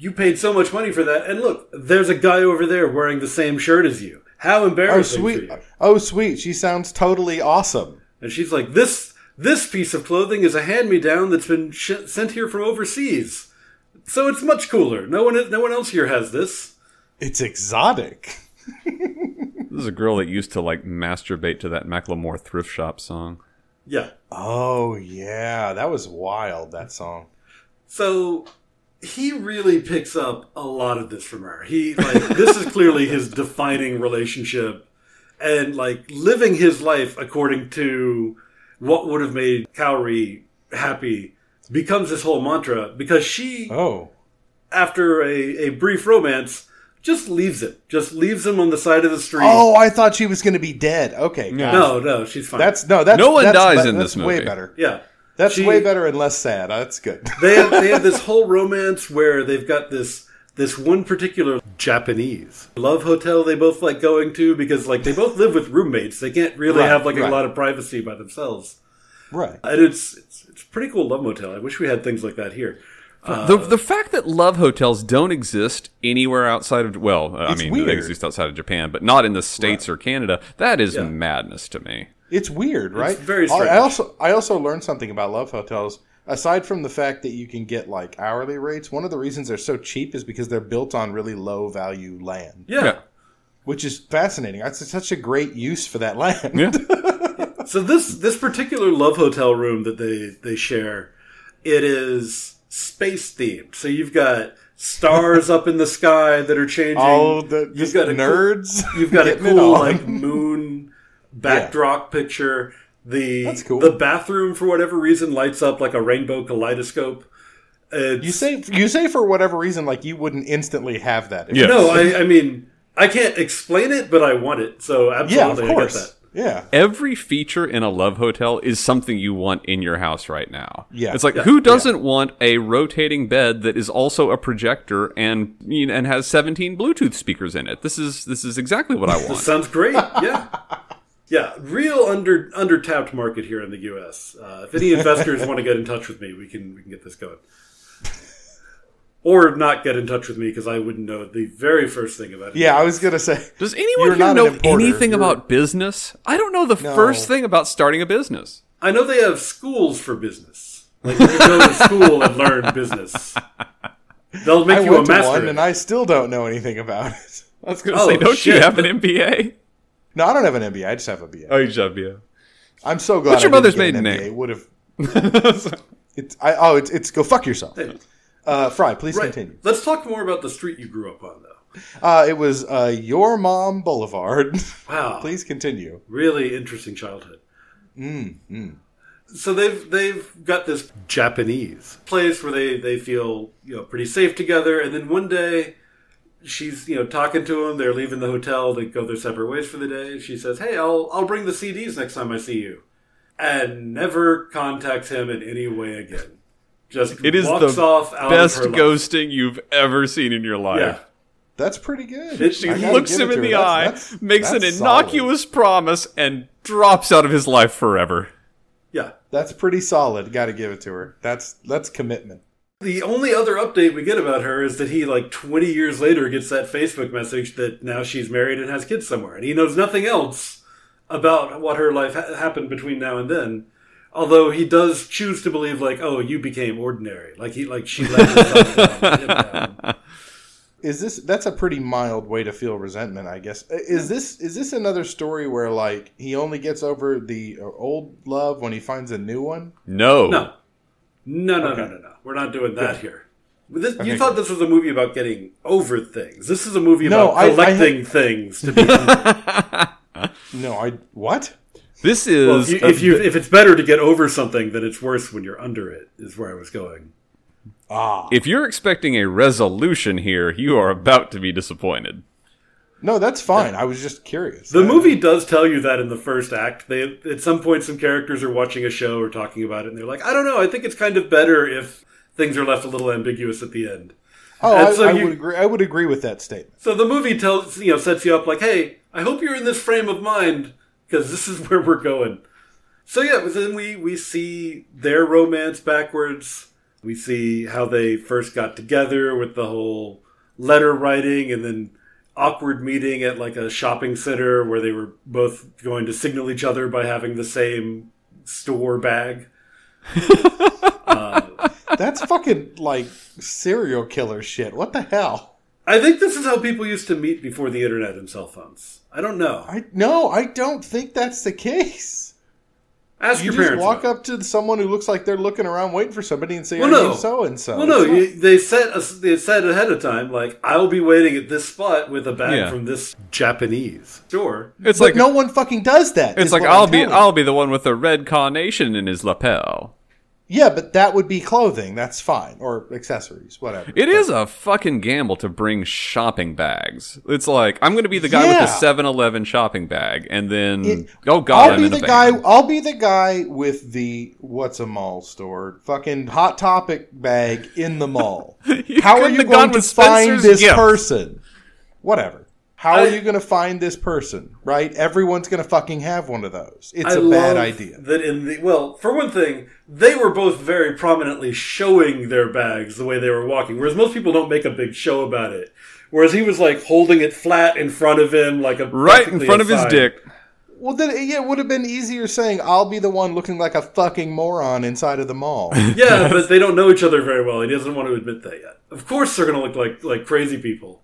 [SPEAKER 1] you paid so much money for that and look there's a guy over there wearing the same shirt as you how
[SPEAKER 2] Oh
[SPEAKER 1] embarrassing for
[SPEAKER 2] sweet.
[SPEAKER 1] you
[SPEAKER 2] Oh sweet. She sounds totally awesome.
[SPEAKER 1] and she's like this This piece of clothing is a hand me down that's been sh- sent here from overseas. So it's much cooler. No one, no one else here has this.
[SPEAKER 2] It's exotic.
[SPEAKER 3] This is a girl that used to like masturbate to that Macklemore thrift shop song.
[SPEAKER 1] Yeah.
[SPEAKER 2] Oh yeah, that was wild. That song.
[SPEAKER 1] So he really picks up a lot of this from her. He like this is clearly his defining relationship and like living his life according to what would have made Cowrie happy becomes his whole mantra because she
[SPEAKER 2] Oh,
[SPEAKER 1] after a, a brief romance just leaves it. Just leaves him on the side of the street.
[SPEAKER 2] oh, I thought she was going to be dead. Okay,
[SPEAKER 3] No.
[SPEAKER 2] gotcha.
[SPEAKER 1] No, no, she's fine.
[SPEAKER 2] that's no, that's
[SPEAKER 3] No one
[SPEAKER 2] that's,
[SPEAKER 3] dies
[SPEAKER 2] be-
[SPEAKER 3] in
[SPEAKER 2] that's
[SPEAKER 3] this
[SPEAKER 2] Way
[SPEAKER 3] movie.
[SPEAKER 2] better.
[SPEAKER 1] yeah.
[SPEAKER 2] That's
[SPEAKER 1] She-
[SPEAKER 2] way better and less sad. That's good.
[SPEAKER 1] they have they have this whole romance where they've got this this one particular Japanese love hotel they both like going to because like they both live with roommates. They can't really
[SPEAKER 2] Right,
[SPEAKER 1] have like
[SPEAKER 2] right.
[SPEAKER 1] a lot of privacy by themselves.
[SPEAKER 2] right.
[SPEAKER 1] And it's it's, it's a pretty cool love motel. I wish we had things like that here.
[SPEAKER 3] the
[SPEAKER 2] Uh,
[SPEAKER 3] the fact that love hotels don't exist anywhere outside of well, I
[SPEAKER 2] It's
[SPEAKER 3] mean they
[SPEAKER 2] weird.
[SPEAKER 3] exist outside of Japan, but not in the states or Canada. That is madness to me.
[SPEAKER 2] It's weird, right?
[SPEAKER 1] very
[SPEAKER 2] I- I
[SPEAKER 1] strange.
[SPEAKER 2] also I also learned something about love hotels. Aside from the fact that you can get like hourly rates, one of the reasons they're so cheap is because they're built on really low value land,
[SPEAKER 1] Yeah.
[SPEAKER 2] which is fascinating. That's such a great use for that land.
[SPEAKER 3] Yeah.
[SPEAKER 1] So this this particular love hotel room that they they share, it is space themed. So you've got stars up in the sky that are changing.
[SPEAKER 2] All the
[SPEAKER 1] you've
[SPEAKER 2] just
[SPEAKER 1] got a cool-
[SPEAKER 2] nerds.
[SPEAKER 1] You've got a
[SPEAKER 2] getting it
[SPEAKER 1] cool
[SPEAKER 2] on.
[SPEAKER 1] like moon backdrop picture. The
[SPEAKER 2] That's cool.
[SPEAKER 1] the bathroom for whatever reason lights up like a rainbow kaleidoscope. It's,
[SPEAKER 2] You say you say for whatever reason like you wouldn't instantly have that.
[SPEAKER 3] Yeah.
[SPEAKER 1] no, I, I mean I can't explain it, but I want it. So
[SPEAKER 2] yeah, of
[SPEAKER 1] absolutely, I get
[SPEAKER 2] course.
[SPEAKER 1] that.
[SPEAKER 2] Yeah,
[SPEAKER 3] Every feature in a love hotel is something you want in your house right now.
[SPEAKER 2] Yeah.
[SPEAKER 3] It's like who doesn't want a rotating bed that is also a projector and you know, and has 17 Bluetooth speakers in it. This is this is exactly what I want.
[SPEAKER 1] Sounds great. Yeah. Yeah, real under undertapped market here in the U.S. Uh, if any investors want to get in touch with me, we can we can get this going, or not get in touch with me because I wouldn't know the very first thing about it.
[SPEAKER 2] yeah. I was gonna say.
[SPEAKER 3] Does anyone
[SPEAKER 2] You're
[SPEAKER 3] here
[SPEAKER 2] not an
[SPEAKER 3] know
[SPEAKER 2] importer.
[SPEAKER 3] anything
[SPEAKER 2] You're-
[SPEAKER 3] about business? I don't know the
[SPEAKER 2] No.
[SPEAKER 3] first thing about starting a business.
[SPEAKER 1] I know they have schools for business. Like you can go to school and learn business. They'll make
[SPEAKER 2] I
[SPEAKER 1] you a
[SPEAKER 2] went to
[SPEAKER 1] master.
[SPEAKER 2] one
[SPEAKER 1] in
[SPEAKER 2] and
[SPEAKER 1] it.
[SPEAKER 2] I still don't know anything about it.
[SPEAKER 3] I was going to
[SPEAKER 1] Oh,
[SPEAKER 3] say, don't you
[SPEAKER 1] shit.
[SPEAKER 3] have an MBA?
[SPEAKER 2] No, I don't have an MBA. I just have a BA.
[SPEAKER 3] Oh, you just have yeah.
[SPEAKER 2] I'm so glad.
[SPEAKER 3] What's your
[SPEAKER 2] I
[SPEAKER 3] mother's
[SPEAKER 2] didn't get an
[SPEAKER 3] maiden
[SPEAKER 2] MBA.
[SPEAKER 3] name?
[SPEAKER 2] It Would have. It's I oh it's it's go fuck yourself. Uh, Fry, please
[SPEAKER 1] Right.
[SPEAKER 2] continue.
[SPEAKER 1] Let's talk more about the street you grew up on, though.
[SPEAKER 2] Uh, it was uh, your mom Boulevard.
[SPEAKER 1] Wow,
[SPEAKER 2] please continue.
[SPEAKER 1] really interesting childhood. So they've they've got this Japanese place where they they feel you know pretty safe together, and then one day she's you know talking to him. They're leaving the hotel. They go their separate ways for the day. She says, "Hey, I'll I'll bring the CDs next time I see you," and never contacts him in any way again. Just
[SPEAKER 3] It is
[SPEAKER 1] walks
[SPEAKER 3] the
[SPEAKER 1] off out
[SPEAKER 3] Best
[SPEAKER 1] of her life.
[SPEAKER 3] ghosting you've ever seen in your life.
[SPEAKER 1] Yeah.
[SPEAKER 2] That's pretty good.
[SPEAKER 1] It's-
[SPEAKER 3] She
[SPEAKER 1] I gotta
[SPEAKER 3] looks him in the eye, makes an innocuous promise, and drops out of his life forever.
[SPEAKER 1] Yeah.
[SPEAKER 2] That's pretty solid. Got to give it to her. That's that's commitment.
[SPEAKER 1] The only other update we get about her is that he, like 20 years later, gets that Facebook message that now she's married and has kids somewhere. And he knows nothing else about what her life ha- happened between now and then. Although he does choose to believe, like, oh, you became ordinary. Like, he, like, she let herself down, him down.
[SPEAKER 2] Is this that's a pretty mild way to feel resentment, I guess. Is this is this another story where like he only gets over the uh, old love when he finds a new one?
[SPEAKER 3] No.
[SPEAKER 1] No. No, no, no, no, no. We're not doing that here. But This, you thought this was a movie about getting over things. This is a movie
[SPEAKER 2] No,
[SPEAKER 1] about
[SPEAKER 2] I- I had-
[SPEAKER 1] collecting things to be.
[SPEAKER 2] No, I what?
[SPEAKER 3] This is.
[SPEAKER 1] Well, if, you,
[SPEAKER 3] a
[SPEAKER 1] if, you, if it's better to get over something, then it's worse when you're under it, is where I was going.
[SPEAKER 2] Ah.
[SPEAKER 3] If you're expecting a resolution here, you are about to be disappointed.
[SPEAKER 2] No, that's fine. I was just curious.
[SPEAKER 1] The movie does tell you that in the first act. They at some point some characters are watching a show or talking about it, and they're like, "I don't know. I think it's kind of better if things are left a little ambiguous at the end."
[SPEAKER 2] Oh,
[SPEAKER 1] And
[SPEAKER 2] I,
[SPEAKER 1] so
[SPEAKER 2] I
[SPEAKER 1] you-
[SPEAKER 2] would agree. I would agree with that statement.
[SPEAKER 1] So the movie tells you know sets you up like, "Hey, I hope you're in this frame of mind because this is where we're going." So yeah, but then we we see their romance backwards. We see how they first got together with the whole letter writing and then awkward meeting at like a shopping center where they were both going to signal each other by having the same store bag.
[SPEAKER 2] That's fucking like serial killer shit. What the hell?
[SPEAKER 1] I think this is how people used to meet before the internet and cell phones. I don't know.
[SPEAKER 2] I no, I don't think that's the case.
[SPEAKER 1] Ask
[SPEAKER 2] You
[SPEAKER 1] your
[SPEAKER 2] just
[SPEAKER 1] parents.
[SPEAKER 2] walk
[SPEAKER 1] about it.
[SPEAKER 2] up to someone who looks like they're looking around waiting for somebody and say,
[SPEAKER 1] Well,
[SPEAKER 2] "Are
[SPEAKER 1] no.
[SPEAKER 2] you so and so?"
[SPEAKER 1] Well, no, you, they said they said ahead of time, like I will be waiting at this spot with a bag
[SPEAKER 3] Yeah.
[SPEAKER 1] from this Japanese store.
[SPEAKER 3] It's
[SPEAKER 2] But
[SPEAKER 3] like
[SPEAKER 2] no one fucking does that.
[SPEAKER 3] it's
[SPEAKER 2] is
[SPEAKER 3] like
[SPEAKER 2] what
[SPEAKER 3] I'll
[SPEAKER 2] I'm
[SPEAKER 3] be
[SPEAKER 2] telling you.
[SPEAKER 3] I'll be the one with the red carnation in his lapel.
[SPEAKER 2] Yeah, but that would be clothing. That's fine, or accessories, whatever.
[SPEAKER 3] It is a fucking gamble to bring shopping bags. It's like I'm going to be the guy
[SPEAKER 2] Yeah.
[SPEAKER 3] with the 7-Eleven shopping bag, and then
[SPEAKER 2] It-
[SPEAKER 3] oh god,
[SPEAKER 2] I'll
[SPEAKER 3] I'm
[SPEAKER 2] be
[SPEAKER 3] in
[SPEAKER 2] the
[SPEAKER 3] a
[SPEAKER 2] guy.
[SPEAKER 3] band.
[SPEAKER 2] I'll be the guy with the what's a mall store, fucking hot topic bag in the mall.
[SPEAKER 3] You
[SPEAKER 2] How are
[SPEAKER 3] couldn't
[SPEAKER 2] you
[SPEAKER 3] have
[SPEAKER 2] going
[SPEAKER 3] gone
[SPEAKER 2] to
[SPEAKER 3] with
[SPEAKER 2] find
[SPEAKER 3] Spencer's
[SPEAKER 2] this
[SPEAKER 3] gift.
[SPEAKER 2] person? Whatever. How
[SPEAKER 1] I-
[SPEAKER 2] are you going to find this person? Right? Everyone's going to fucking have one of those. It's a
[SPEAKER 1] a
[SPEAKER 2] bad idea.
[SPEAKER 1] That in the well, for one thing, they were both very prominently showing their bags the way they were walking, whereas most people don't make a big show about it. Whereas he was like holding it flat in front of him, like a
[SPEAKER 3] right in
[SPEAKER 1] practically
[SPEAKER 3] front
[SPEAKER 1] a
[SPEAKER 3] of his
[SPEAKER 1] sign.
[SPEAKER 3] dick.
[SPEAKER 2] Well, then yeah, it would have been easier saying I'll be the one looking like a fucking moron inside of the mall.
[SPEAKER 1] Yeah, but they don't know each other very well. He doesn't want to admit that yet. Of course, they're going to look like like crazy people.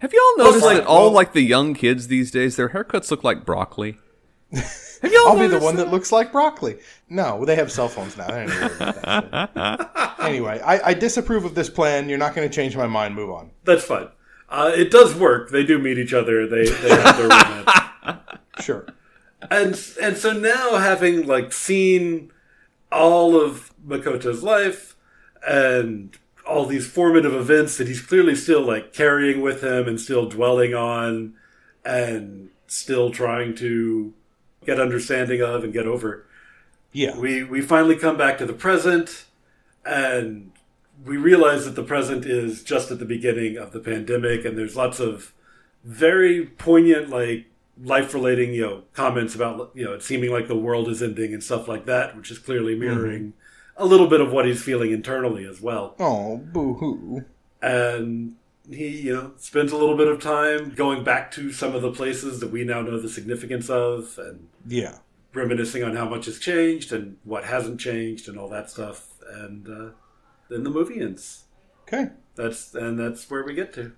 [SPEAKER 3] Have y'all noticed
[SPEAKER 1] like,
[SPEAKER 3] that all
[SPEAKER 1] well-
[SPEAKER 3] like the young kids these days, their haircuts look like broccoli? Have y'all
[SPEAKER 2] I'll be the
[SPEAKER 3] noticed
[SPEAKER 2] one that looks like broccoli. No, they have cell phones now. They don't need to worry about that shit. anyway, I, I disapprove of this plan. You're not going to change my mind. Move on.
[SPEAKER 1] That's fine. Uh, it does work. They do meet each other. They, they have their romance.
[SPEAKER 2] Sure.
[SPEAKER 1] and and so now having like seen all of Makoto's life and all these formative events that he's clearly still like carrying with him and still dwelling on and still trying to get understanding of and get over
[SPEAKER 2] Yeah.
[SPEAKER 1] we we finally come back to the present and we realize that the present is just at the beginning of the pandemic and there's lots of very poignant like life relating you know comments about you know it seeming like the world is ending and stuff like that which is clearly mirroring a little bit of what he's feeling internally as well
[SPEAKER 2] Oh, boo hoo.
[SPEAKER 1] and he you know spends a little bit of time going back to some of the places that we now know the significance of and
[SPEAKER 2] Yeah.
[SPEAKER 1] reminiscing on how much has changed and what hasn't changed and all that stuff. And uh, then the movie ends.
[SPEAKER 2] Okay.
[SPEAKER 1] That's and that's where we get to.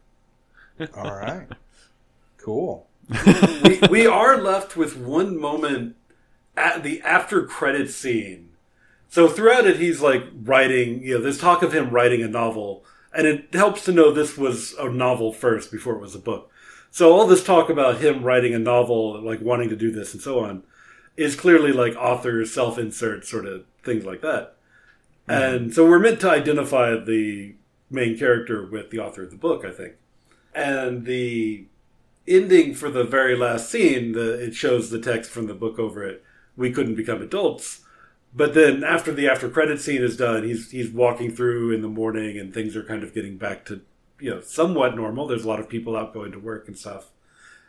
[SPEAKER 2] All right. Cool.
[SPEAKER 1] We, we are left with one moment at the after credit scene. So throughout it, he's like writing. You know, there's talk of him writing a novel, and it helps to know this was a novel first before it was a book. So all this talk about him writing a novel, like wanting to do this and so on, is clearly like author self insert sort of things like that. And so we're meant to identify the main character with the author of the book, I think. And the ending for the very last scene, the, it shows the text from the book over it. We couldn't become adults. But then after the after credit scene is done, he's he's walking through in the morning and things are kind of getting back to you know somewhat normal. There's a lot of people out going to work and stuff.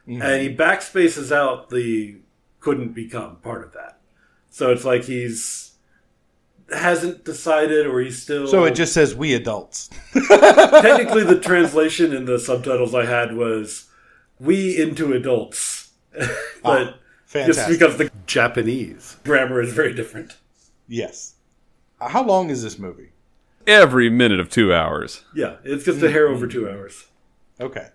[SPEAKER 1] And he backspaces out the couldn't become part of that. So it's like he's hasn't decided or he's still
[SPEAKER 2] So it just says we adults.
[SPEAKER 1] technically the translation in the subtitles I had was "we into adults," but just
[SPEAKER 2] Fantastic.
[SPEAKER 1] because the Japanese grammar is very different.
[SPEAKER 2] Yes. Uh, How long is this movie?
[SPEAKER 3] every minute of two hours?
[SPEAKER 1] Yeah, it's just a hair over two hours.
[SPEAKER 2] Okay.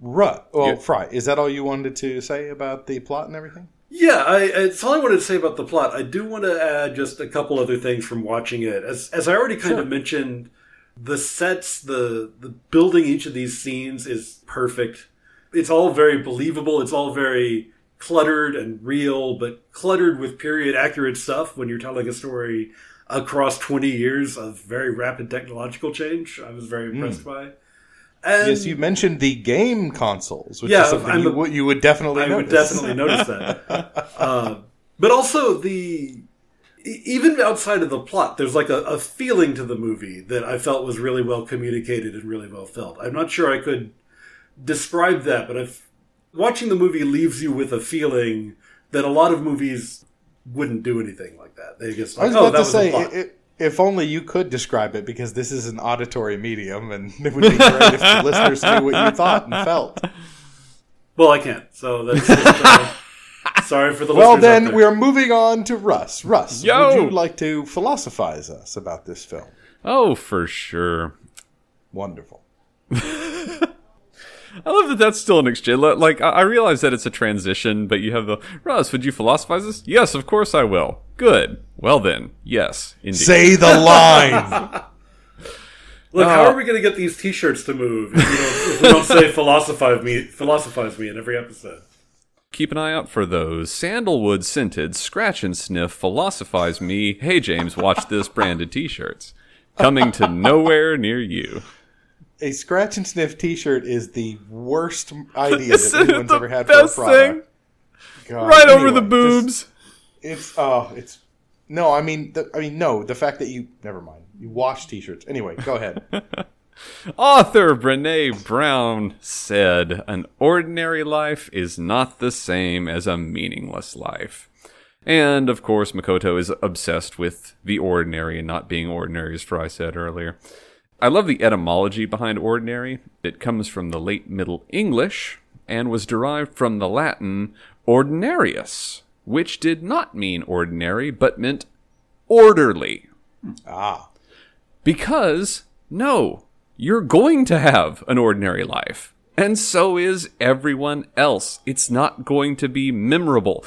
[SPEAKER 2] Rut. Well,
[SPEAKER 3] Yeah.
[SPEAKER 2] Fry, is that all you wanted to say about the plot and everything?
[SPEAKER 1] Yeah, I, it's all I wanted to say about the plot. I do want to add just a couple other things from watching it. As as I already kind of mentioned, the sets, the the building each of these scenes is perfect. It's all very believable. It's all very cluttered and real, but cluttered with period accurate stuff when you're telling a story across 20 years of very rapid technological change. I was very impressed by. And
[SPEAKER 2] Hmm. yes, you mentioned the game consoles, which
[SPEAKER 1] Um, Yeah,
[SPEAKER 2] is something
[SPEAKER 1] I'm
[SPEAKER 2] you,
[SPEAKER 1] a-
[SPEAKER 2] would you would definitely
[SPEAKER 1] I would
[SPEAKER 2] notice.
[SPEAKER 1] definitely notice that. Uh, but also the e- even outside of the plot, there's like a, a feeling to the movie that I felt was really well communicated and really well felt. I'm not sure I could describe that, but if watching the movie leaves you with a feeling that a lot of movies wouldn't do anything like that. They just
[SPEAKER 2] I
[SPEAKER 1] like,
[SPEAKER 2] was
[SPEAKER 1] oh,
[SPEAKER 2] about
[SPEAKER 1] that
[SPEAKER 2] to
[SPEAKER 1] was
[SPEAKER 2] say,
[SPEAKER 1] a plot.
[SPEAKER 2] i- i- if only you could describe it, because this is an auditory medium, and it would be great if the listeners knew what you thought and felt.
[SPEAKER 1] Well, I can't. So that's just, uh, Sorry for the
[SPEAKER 2] Well,
[SPEAKER 1] listeners out
[SPEAKER 2] then
[SPEAKER 1] there.
[SPEAKER 2] we are moving on to Russ. Russ,
[SPEAKER 3] Yo!
[SPEAKER 2] would you like to philosophize us about this film?
[SPEAKER 3] Oh, for sure.
[SPEAKER 2] Wonderful.
[SPEAKER 3] I love that that's still an exchange. Li- Like, I I realize that it's a transition, but you have the, Russ, would you philosophize this? Yes, of course I will. Good. Well, then, yes, indeed.
[SPEAKER 2] Say the line.
[SPEAKER 1] Look, how
[SPEAKER 3] Oh.
[SPEAKER 1] are we going to get these T-shirts to move if, you don't, if we don't say "philosophize me"? Philosophize me in every episode.
[SPEAKER 3] Keep an eye out for those sandalwood scented scratch and sniff philosophize me. Hey James, watch this branded t-shirts coming to nowhere near you.
[SPEAKER 2] a scratch and sniff T-shirt is the worst idea that
[SPEAKER 3] Isn't it
[SPEAKER 2] anyone's
[SPEAKER 3] the
[SPEAKER 2] ever had
[SPEAKER 3] best
[SPEAKER 2] for a product. God,
[SPEAKER 3] Right over the
[SPEAKER 2] anyway, just-
[SPEAKER 3] boobs.
[SPEAKER 2] It's oh, it's no. I mean, the, I mean, no. The fact that you never mind. You wash T-shirts anyway. Go ahead.
[SPEAKER 3] Author Brene Brown said, An ordinary life is not the same as a meaningless life. And of course, Makoto is obsessed with the ordinary and not being ordinary, as Fry said earlier. I love the etymology behind ordinary. It comes from the late Middle English and was derived from the Latin ordinarius, which did not mean ordinary, but meant orderly.
[SPEAKER 2] ah,
[SPEAKER 3] Because, no, you're going to have an ordinary life. And so is everyone else. It's not going to be memorable.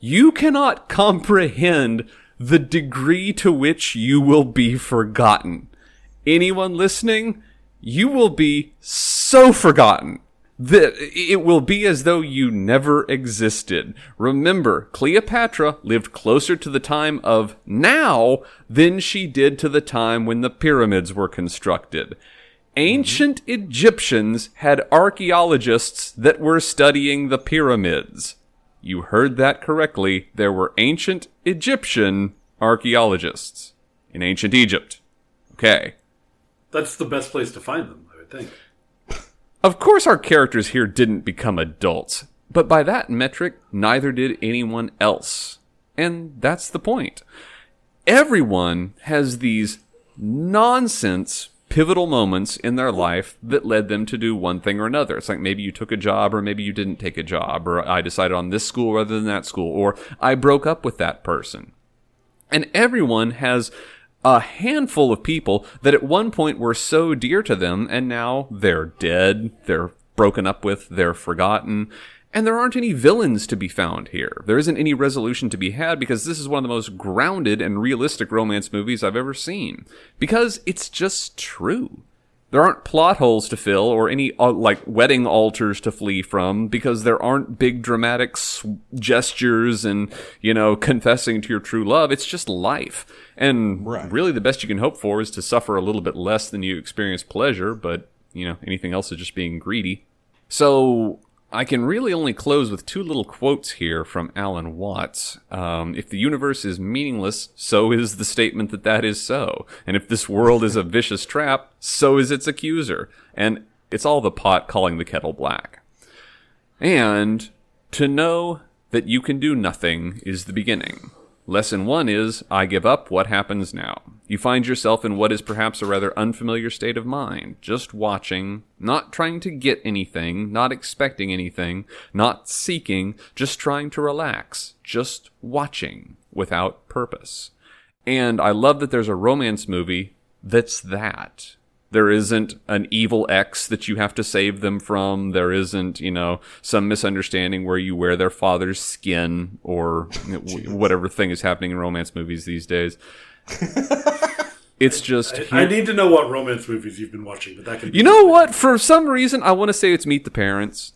[SPEAKER 3] You cannot comprehend the degree to which you will be forgotten. Anyone listening, you will be so forgotten that it will be as though you never existed. Remember, Cleopatra lived closer to the time of now than she did to the time when the pyramids were constructed. Ancient Egyptians had archaeologists that were studying the pyramids. You heard that correctly. There were ancient Egyptian archaeologists in ancient Egypt. Okay.
[SPEAKER 1] That's the best place to find them, I would think.
[SPEAKER 3] Of course, our characters here didn't become adults, but by that metric, neither did anyone else. And that's the point. Everyone has these nonsense pivotal moments in their life that led them to do one thing or another. It's like maybe you took a job or maybe you didn't take a job or I decided on this school rather than that school or I broke up with that person. And everyone has a handful of people that at one point were so dear to them and now they're dead, they're broken up with, they're forgotten. And there aren't any villains to be found here. There isn't any resolution to be had because this is one of the most grounded and realistic romance movies I've ever seen. Because it's just true. There aren't plot holes to fill or any uh, like wedding altars to flee from because there aren't big dramatic s- gestures and you know confessing to your true love. It's just life, and
[SPEAKER 2] Right.
[SPEAKER 3] really the best you can hope for is to suffer a little bit less than you experience pleasure. But you know anything else is just being greedy. So I can really only close with two little quotes here from Alan Watts. Um, if the universe is meaningless, so is the statement that that is so. And if this world is a vicious trap, so is its accuser. And it's all the pot calling the kettle black. And to know that you can do nothing is the beginning. Lesson one is I give up, what happens now? You find yourself in what is perhaps a rather unfamiliar state of mind, just watching, not trying to get anything, not expecting anything, not seeking, just trying to relax, just watching without purpose. And I love that there's a romance movie that's that. There isn't an evil ex that you have to save them from. There isn't, you know, some misunderstanding where you wear their father's skin or w- whatever thing is happening in romance movies these days. it's just.
[SPEAKER 1] I, I need to know what romance movies you've been watching, but that can. Be
[SPEAKER 3] you know what? For some reason, I want to say it's Meet the Parents.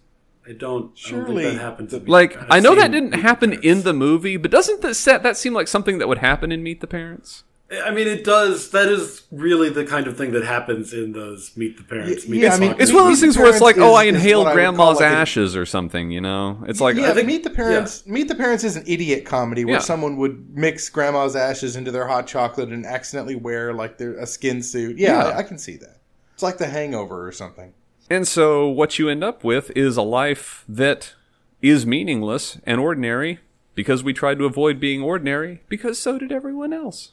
[SPEAKER 1] I don't. I don't
[SPEAKER 2] Surely
[SPEAKER 1] think that happens.
[SPEAKER 2] the-
[SPEAKER 3] Like,
[SPEAKER 1] I've
[SPEAKER 3] I know that
[SPEAKER 1] seen-
[SPEAKER 3] didn't happen in the movie, but doesn't that, set, that seem like something that would happen in Meet the Parents?
[SPEAKER 1] I mean, it does. That is really the kind of thing that happens in those Meet the Parents.
[SPEAKER 2] Y-
[SPEAKER 1] meet
[SPEAKER 2] yeah,
[SPEAKER 1] the
[SPEAKER 2] I mean,
[SPEAKER 1] Parents.
[SPEAKER 3] It's one of those
[SPEAKER 2] Meet the
[SPEAKER 3] things where it's like,
[SPEAKER 2] Parents
[SPEAKER 3] oh, I
[SPEAKER 2] is- is
[SPEAKER 3] inhaled
[SPEAKER 2] what I would call,
[SPEAKER 3] grandma's
[SPEAKER 2] like, a-
[SPEAKER 3] ashes or something, you know? It's like,
[SPEAKER 2] yeah.
[SPEAKER 1] think-
[SPEAKER 2] meet the parents. Meet the parents is an idiot comedy where
[SPEAKER 3] Yeah.
[SPEAKER 2] someone would mix grandma's ashes into their hot chocolate and accidentally wear like their a skin suit. Yeah,
[SPEAKER 3] Yeah.
[SPEAKER 2] I, I can see that. It's like The Hangover or something.
[SPEAKER 3] and so what you end up with is a life that is meaningless and ordinary because we tried to avoid being ordinary because so did everyone else.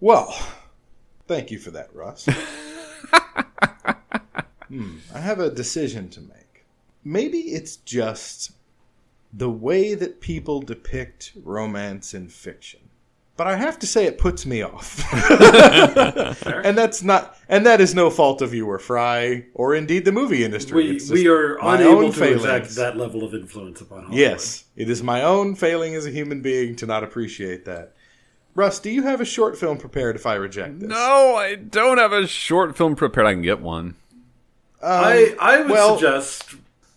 [SPEAKER 2] Well, thank you for that, Russ. hmm, I have a decision to make. Maybe it's just the way that people depict romance in fiction. But I have to say it puts me off. and that's not and that is no fault of you or Fry or indeed the movie industry.
[SPEAKER 1] We,
[SPEAKER 2] It's just
[SPEAKER 1] we are
[SPEAKER 2] my
[SPEAKER 1] unable
[SPEAKER 2] own
[SPEAKER 1] to
[SPEAKER 2] failings.
[SPEAKER 1] exact that level of influence upon Hollywood.
[SPEAKER 2] Yes, it is my own failing as a human being to not appreciate that. Russ, do you have a short film prepared if I reject this?
[SPEAKER 3] No, Oh, I don't have a short film prepared. I can get one.
[SPEAKER 1] I, I would
[SPEAKER 2] Um, well-
[SPEAKER 1] suggest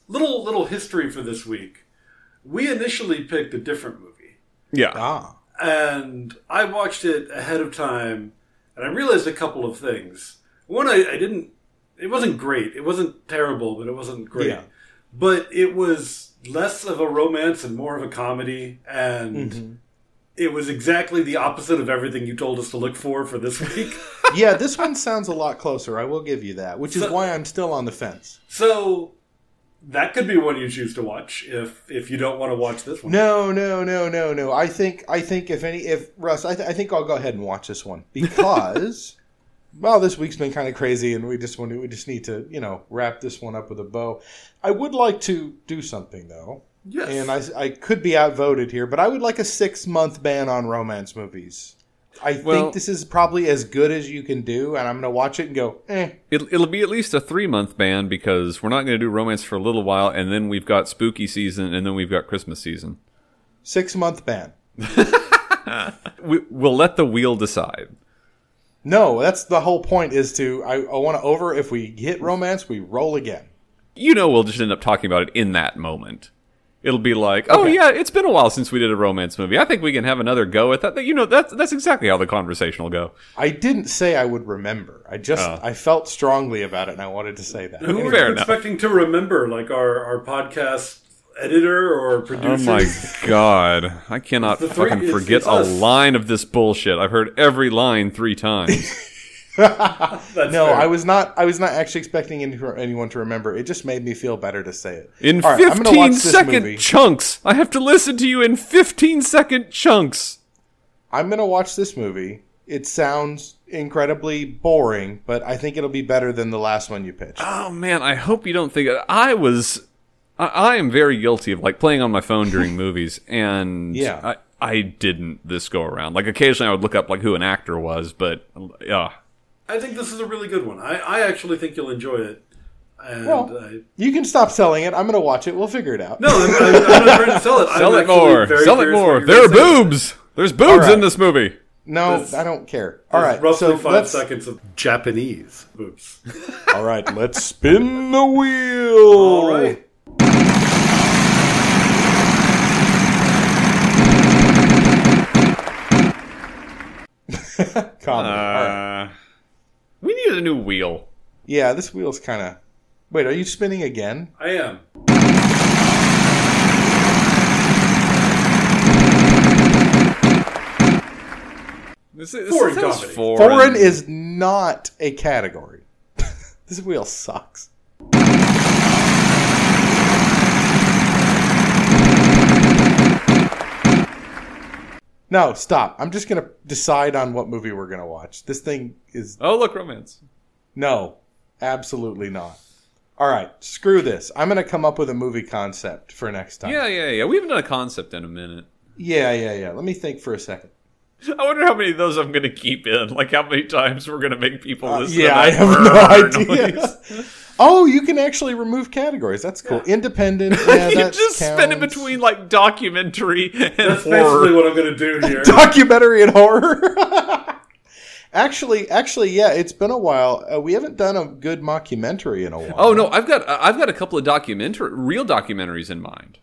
[SPEAKER 1] little little history for this week. We initially picked a different movie,
[SPEAKER 3] Yeah.
[SPEAKER 2] Ah,
[SPEAKER 1] and I watched it ahead of time, and I realized a couple of things. One, I, I didn't. It wasn't great. It wasn't terrible, but it wasn't great.
[SPEAKER 2] Yeah.
[SPEAKER 1] But it was less of a romance and more of a comedy, and
[SPEAKER 2] Mm-hmm.
[SPEAKER 1] it was exactly the opposite of everything you told us to look for for this week.
[SPEAKER 2] yeah, this one sounds a lot closer. I will give you that, which is
[SPEAKER 1] So-
[SPEAKER 2] why I'm still on the fence.
[SPEAKER 1] so that could be one you choose to watch if if you don't want to watch this one.
[SPEAKER 2] No, no, no, no, no. I think I think if any if Russ, I, th- I think I'll go ahead and watch this one because well, this week's been kind of crazy, and we just want to, we just need to you know wrap this one up with a bow. I would like to do something though,
[SPEAKER 1] Yes.
[SPEAKER 2] and I I could be outvoted here, but I would like a six month ban on romance movies. I
[SPEAKER 3] Well-
[SPEAKER 2] think this is probably as good as you can do, and I'm going to watch it and go, eh.
[SPEAKER 3] It'll, it'll be at least a three month ban because we're not going to do romance for a little while, and then we've got spooky season, and then we've got Christmas season.
[SPEAKER 2] Six month ban.
[SPEAKER 3] We, we'll let the wheel decide.
[SPEAKER 2] No, that's the whole point. Is to I, I want to over. If we hit romance, we roll again.
[SPEAKER 3] You know, we'll just end up talking about it in that moment. It'll be like, oh yeah, it's been a while since we did a romance movie. I think we can have another go at that. You know, that's that's exactly how the conversation will go.
[SPEAKER 2] I didn't say I would remember. I just
[SPEAKER 3] Oh.
[SPEAKER 2] I felt strongly about it, and I wanted to say that.
[SPEAKER 1] Who
[SPEAKER 3] Fair
[SPEAKER 1] are you
[SPEAKER 3] enough.
[SPEAKER 1] expecting to remember, like our, our podcast editor or
[SPEAKER 3] Oh
[SPEAKER 1] producer?
[SPEAKER 3] my god, I cannot
[SPEAKER 1] It's the three-
[SPEAKER 3] fucking
[SPEAKER 1] it's-
[SPEAKER 3] forget
[SPEAKER 1] it's
[SPEAKER 3] a
[SPEAKER 1] us.
[SPEAKER 3] line of this bullshit. I've heard every line three times.
[SPEAKER 1] That's
[SPEAKER 2] no,
[SPEAKER 1] fair.
[SPEAKER 2] I was not. I was not actually expecting any, anyone to remember. It just made me feel better to say it.
[SPEAKER 3] In
[SPEAKER 2] All right, I'm gonna
[SPEAKER 3] 15
[SPEAKER 2] watch this
[SPEAKER 3] second
[SPEAKER 2] movie.
[SPEAKER 3] chunks. I have to listen to you in 15 second chunks.
[SPEAKER 2] I'm gonna watch this movie. It sounds incredibly boring, but I think it'll be better than the last one you pitched.
[SPEAKER 3] Oh man, I hope you don't think I was. I, I am very guilty of like playing on my phone during movies, and
[SPEAKER 2] Yeah.
[SPEAKER 3] I, I didn't this go around. Like occasionally, I would look up like who an actor was, but yeah,
[SPEAKER 1] I think this is a really good one. I, I actually think you'll enjoy it. And
[SPEAKER 2] Well-
[SPEAKER 1] I,
[SPEAKER 2] You can stop selling it. I'm gonna watch it. We'll figure it out.
[SPEAKER 1] no, I'm, I'm, I'm not trying to sell it. I'm
[SPEAKER 3] sell it
[SPEAKER 1] actually
[SPEAKER 3] more,
[SPEAKER 1] very
[SPEAKER 3] sell it
[SPEAKER 1] curious
[SPEAKER 3] more.
[SPEAKER 1] what you're
[SPEAKER 3] There are
[SPEAKER 1] gonna say.
[SPEAKER 3] boobs. There's boobs
[SPEAKER 2] right.
[SPEAKER 3] in this movie.
[SPEAKER 2] no,
[SPEAKER 1] This-
[SPEAKER 2] I don't care. All
[SPEAKER 1] It's
[SPEAKER 2] right,
[SPEAKER 1] roughly
[SPEAKER 2] so
[SPEAKER 1] 5
[SPEAKER 2] let's-
[SPEAKER 1] seconds of Japanese boobs.
[SPEAKER 2] All right, let's spin the wheel.
[SPEAKER 1] All right.
[SPEAKER 2] Comedy. All right.
[SPEAKER 3] Uh, we need a new wheel.
[SPEAKER 2] Yeah, this wheel's kind of. Wait, are you spinning again?
[SPEAKER 1] I am.
[SPEAKER 3] This is,
[SPEAKER 1] Foreign sounds comedy.
[SPEAKER 2] Foreign, is not a category. this wheel sucks. No, stop. I'm just going to decide on what movie we're going to watch. This thing is.
[SPEAKER 3] Oh look, romance.
[SPEAKER 2] No, absolutely not. All right, screw this. I'm going to come up with a movie concept for next time.
[SPEAKER 3] Yeah, yeah, yeah. We haven't done a concept in a minute.
[SPEAKER 2] yeah, yeah. yeah. Let me think for a second.
[SPEAKER 3] I wonder how many of those I'm going to keep in. Like how many times we're going to make people
[SPEAKER 2] Uh,
[SPEAKER 3] listen.
[SPEAKER 2] yeah, I
[SPEAKER 3] to
[SPEAKER 2] have
[SPEAKER 3] that
[SPEAKER 2] no idea. oh, you can actually remove categories. That's cool. Independent. Yeah,
[SPEAKER 3] you
[SPEAKER 2] that
[SPEAKER 3] just spin it
[SPEAKER 2] counts.
[SPEAKER 3] between like documentary and
[SPEAKER 1] That's basically
[SPEAKER 3] horror.
[SPEAKER 1] what I'm going to do here.
[SPEAKER 2] documentary and horror. actually, actually, yeah, it's been a while. Uh, we haven't done a good mockumentary in a while.
[SPEAKER 3] Oh no, I've got I've got a couple of documentary real documentaries in mind.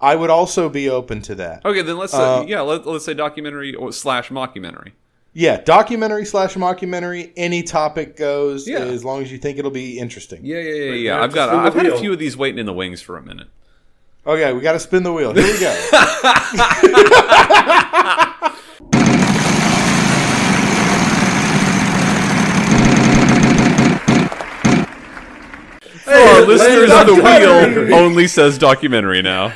[SPEAKER 2] I would also be open to that.
[SPEAKER 3] Okay, then let's uh, yeah let, let's say documentary or slash mockumentary.
[SPEAKER 2] Yeah, documentary slash mockumentary. Any topic goes
[SPEAKER 3] Yeah.
[SPEAKER 2] as long as you think it'll be interesting.
[SPEAKER 3] Yeah, yeah, yeah,
[SPEAKER 1] yeah,
[SPEAKER 3] yeah. I've
[SPEAKER 1] just
[SPEAKER 3] got
[SPEAKER 1] spin the
[SPEAKER 3] I've had a
[SPEAKER 1] wheel.
[SPEAKER 3] few of these waiting in the wings for a minute.
[SPEAKER 2] Okay, we got to spin the wheel. Here we go.
[SPEAKER 3] For our
[SPEAKER 1] let's do
[SPEAKER 3] listeners, the
[SPEAKER 1] documentary.
[SPEAKER 3] wheel only says documentary now.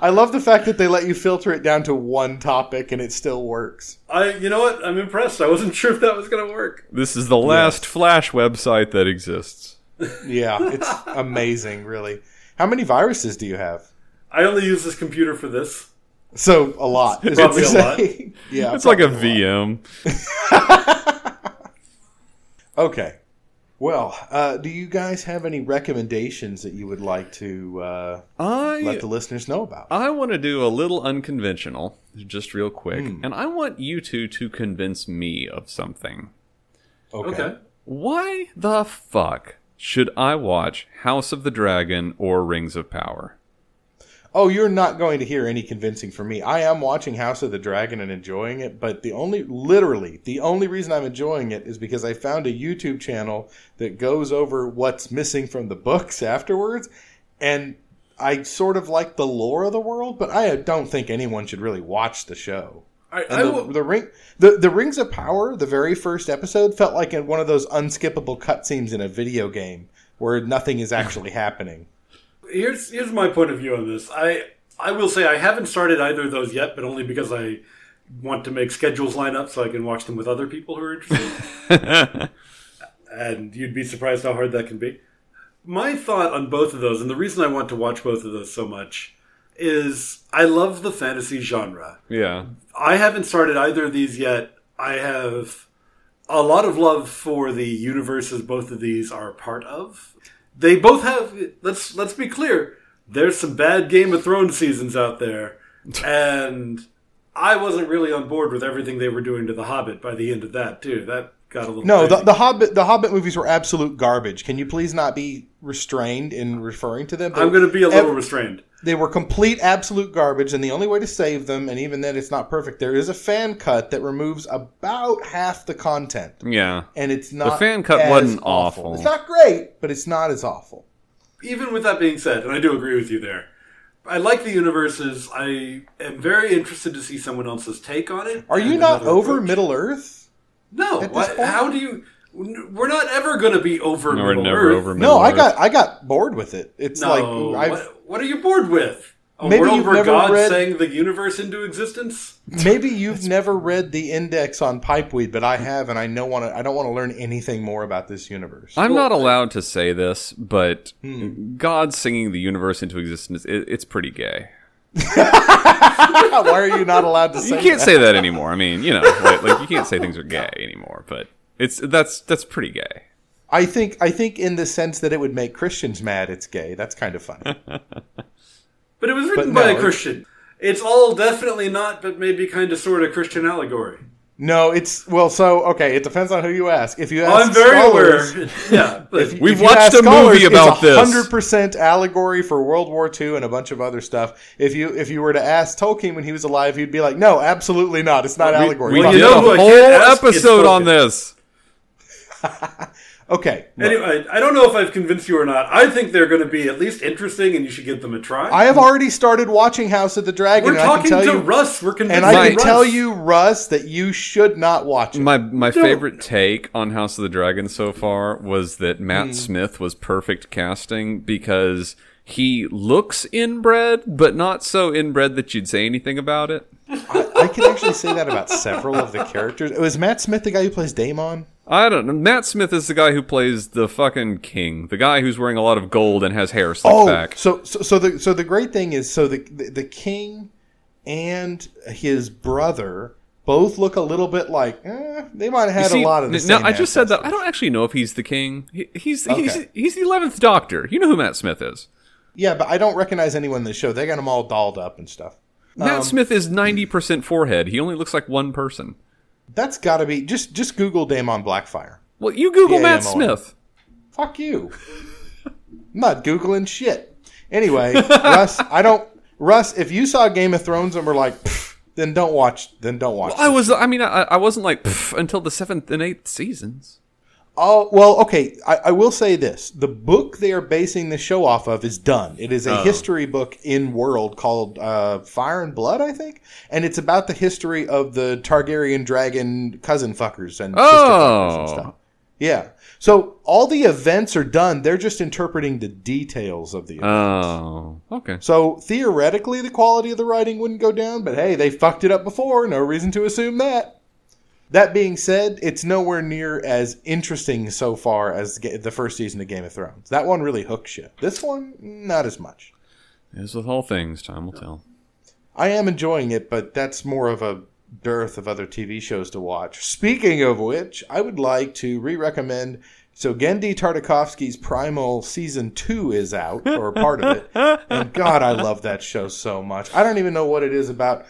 [SPEAKER 2] I love the fact that they let you filter it down to one topic and it still works.
[SPEAKER 1] I, you know what? I'm impressed. I wasn't sure if that was going to work.
[SPEAKER 3] This is the last Flash website that exists.
[SPEAKER 2] Yeah, it's amazing, really. How many viruses do you have?
[SPEAKER 1] I only use this computer for this.
[SPEAKER 2] So a lot. Is
[SPEAKER 1] Probably
[SPEAKER 2] what you're
[SPEAKER 1] a lot.
[SPEAKER 2] saying. yeah.
[SPEAKER 3] It's like a
[SPEAKER 2] probably
[SPEAKER 3] VM.
[SPEAKER 2] lot. Okay. Well, uh, do you guys have any recommendations that you would like to uh, let
[SPEAKER 3] I
[SPEAKER 2] the listeners know about?
[SPEAKER 3] I want to do a little unconventional, just real quick, and I want you two to convince me of something.
[SPEAKER 1] Okay.
[SPEAKER 3] Why the fuck should I watch House of the Dragon or Rings of Power?
[SPEAKER 2] Oh, you're not going to hear any convincing from me. I am watching House of the Dragon and enjoying it, but the only, literally, the only reason I'm enjoying it is because I found a YouTube channel that goes over what's missing from the books afterwards, and I sort of like the lore of the world, but I don't think anyone should really watch the show.
[SPEAKER 1] I, I
[SPEAKER 2] And the,
[SPEAKER 1] will,
[SPEAKER 2] the ring, the, the Rings of Power, the very first episode felt like in one of those unskippable cutscenes in a video game where nothing is actually happening.
[SPEAKER 1] here's here's my point of view on this. I I will say I haven't started either of those yet, but only because I want to make schedules line up so I can watch them with other people who are interested. and you'd be surprised how hard that can be. My thought on both of those, and the reason I want to watch both of those so much, is I love the fantasy genre.
[SPEAKER 3] Yeah.
[SPEAKER 1] I haven't started either of these yet. I have a lot of love for the universes both of these are part of. They both have let's let's be clear, there's some bad Game of Thrones seasons out there. And I wasn't really on board with everything they were doing to the Hobbit by the end of that too. That got a little
[SPEAKER 2] No, the,
[SPEAKER 1] crazy.
[SPEAKER 2] the Hobbit the Hobbit movies were absolute garbage. Can you please not be restrained in referring to them?
[SPEAKER 1] I'm going to be a little
[SPEAKER 2] Ev-
[SPEAKER 1] restrained.
[SPEAKER 2] They were complete absolute garbage, and the only way to save them, and even then, it's not perfect. There is a fan cut that removes about half the content,
[SPEAKER 3] Yeah.
[SPEAKER 2] and it's not
[SPEAKER 3] fan cut
[SPEAKER 2] as
[SPEAKER 3] wasn't awful.
[SPEAKER 2] It's not great, but it's not as awful.
[SPEAKER 1] even with that being said, and I do agree with you there, I like the universes. I am very interested to see someone else's take on it.
[SPEAKER 2] Are you
[SPEAKER 1] and
[SPEAKER 2] not
[SPEAKER 1] another
[SPEAKER 2] over
[SPEAKER 1] approach.
[SPEAKER 2] Middle Earth?
[SPEAKER 1] No.
[SPEAKER 2] at this
[SPEAKER 1] Why,
[SPEAKER 2] point?
[SPEAKER 1] how do you? We're not ever going to be over.
[SPEAKER 3] we're
[SPEAKER 1] Middle
[SPEAKER 3] never
[SPEAKER 1] Earth.
[SPEAKER 3] over Middle
[SPEAKER 2] No, I
[SPEAKER 3] Earth.
[SPEAKER 2] got I got bored with it. It's
[SPEAKER 1] No.
[SPEAKER 2] like I've,
[SPEAKER 1] what, what are you bored with? A
[SPEAKER 2] Maybe
[SPEAKER 1] world
[SPEAKER 2] you've
[SPEAKER 1] where
[SPEAKER 2] never
[SPEAKER 1] God
[SPEAKER 2] read-
[SPEAKER 1] sang the universe into existence?
[SPEAKER 2] Maybe you've never read the index on pipeweed, but I have, and I know want to. I don't want to learn anything more about this universe.
[SPEAKER 3] I'm not allowed to say this, but
[SPEAKER 1] Hmm.
[SPEAKER 3] God singing the universe into existence, it, it's pretty gay.
[SPEAKER 2] Why are you not allowed to say?
[SPEAKER 3] You can't say that anymore. I mean, you know, like, like, you can't say things are gay anymore, but it's that's that's pretty gay.
[SPEAKER 2] I think. I think in the sense that it would make Christians mad. It's gay. That's kind of funny.
[SPEAKER 1] But it was written
[SPEAKER 2] no,
[SPEAKER 1] by a
[SPEAKER 2] it's-
[SPEAKER 1] Christian. It's all definitely not, but maybe kind of sort of Christian allegory.
[SPEAKER 2] no, it's well. So okay, it depends on who you ask. If you ask,
[SPEAKER 1] I'm very
[SPEAKER 2] scholars,
[SPEAKER 1] aware. Yeah, but
[SPEAKER 3] We've watched a movie about this.
[SPEAKER 2] Hundred percent allegory for World War II and a bunch of other stuff. If you if you were to ask Tolkien when he was alive, he'd be like, "No, absolutely not. It's not allegory."
[SPEAKER 3] We
[SPEAKER 1] Well,
[SPEAKER 3] did
[SPEAKER 1] you know who
[SPEAKER 3] a
[SPEAKER 1] I
[SPEAKER 3] whole
[SPEAKER 1] can't ask is
[SPEAKER 3] episode on
[SPEAKER 1] Tolkien.
[SPEAKER 3] this.
[SPEAKER 2] okay,
[SPEAKER 1] Anyway, I don't know if I've convinced you or not. I think they're going to be at least interesting, and you should give them a try.
[SPEAKER 2] I have already started watching House of the Dragon.
[SPEAKER 1] We're
[SPEAKER 2] and I can
[SPEAKER 1] talking
[SPEAKER 2] tell
[SPEAKER 1] to
[SPEAKER 2] you,
[SPEAKER 1] Russ. We're convincing
[SPEAKER 2] and I
[SPEAKER 3] Right.
[SPEAKER 2] can
[SPEAKER 1] Russ.
[SPEAKER 2] tell you, Russ, that you should not watch it.
[SPEAKER 3] My my favorite take on House of the Dragon so far was that
[SPEAKER 2] Mm.
[SPEAKER 3] Matt Smith was perfect casting because he looks inbred, but not so inbred that you'd say anything about it.
[SPEAKER 2] I can actually say that about several of the characters. Was Matt Smith the guy who plays Daemon?
[SPEAKER 3] I don't know. Matt Smith is the guy who plays the fucking king, the guy who's wearing a lot of gold and has hair slicked
[SPEAKER 2] Oh,
[SPEAKER 3] back.
[SPEAKER 2] so so so the so the great thing is, so the the, the king and his brother both look a little bit like eh, they might have had
[SPEAKER 3] See,
[SPEAKER 2] a lot of the
[SPEAKER 3] n- now,
[SPEAKER 2] same
[SPEAKER 3] I just said that
[SPEAKER 2] ancestors.
[SPEAKER 3] I don't actually know if he's the king. He, he's, he's
[SPEAKER 2] Okay.
[SPEAKER 3] he's the eleventh Doctor. You know who Matt Smith is.
[SPEAKER 2] Yeah, but I don't recognize anyone in the show. They got them all dolled up and stuff. Um,
[SPEAKER 3] Matt Smith is ninety percent forehead. He only looks like one person.
[SPEAKER 2] That's got to be just just Google Daemon Blackfire.
[SPEAKER 3] Well, you Google
[SPEAKER 2] Yeah,
[SPEAKER 3] Matt
[SPEAKER 2] yeah, I'm on
[SPEAKER 3] Smith.
[SPEAKER 2] Fuck you. I'm not Googling shit. Anyway, Russ, I don't. Russ, if you saw Game of Thrones and were like, "Pfft," then don't watch. Then don't watch.
[SPEAKER 3] I was. I mean, I, I wasn't like "Pff," until the seventh and eighth seasons.
[SPEAKER 2] Oh well, okay. I, I will say this: the book they are basing the show off of is done. It is
[SPEAKER 3] Oh.
[SPEAKER 2] a history book in world called uh, Fire and Blood, I think, and it's about the history of the Targaryen dragon cousin fuckers and sister fuckers and
[SPEAKER 3] Oh.
[SPEAKER 2] stuff. Yeah. So all the events are done. They're just interpreting the details of the. Events.
[SPEAKER 3] Oh, okay.
[SPEAKER 2] So theoretically, the quality of the writing wouldn't go down, but hey, they fucked it up before. No reason to assume that. That being said, it's nowhere near as interesting so far as ga- the first season of Game of Thrones. That one really hooks you. This one, not as much.
[SPEAKER 3] As with all things, time will tell.
[SPEAKER 2] I am enjoying it, but that's more of a dearth of other TV shows to watch. Speaking of which, I would like to re recommend. So, Gendy Tartakovsky's Primal Season 2 is out, or part of it. And God, I love that show so much. I don't even know what it is about.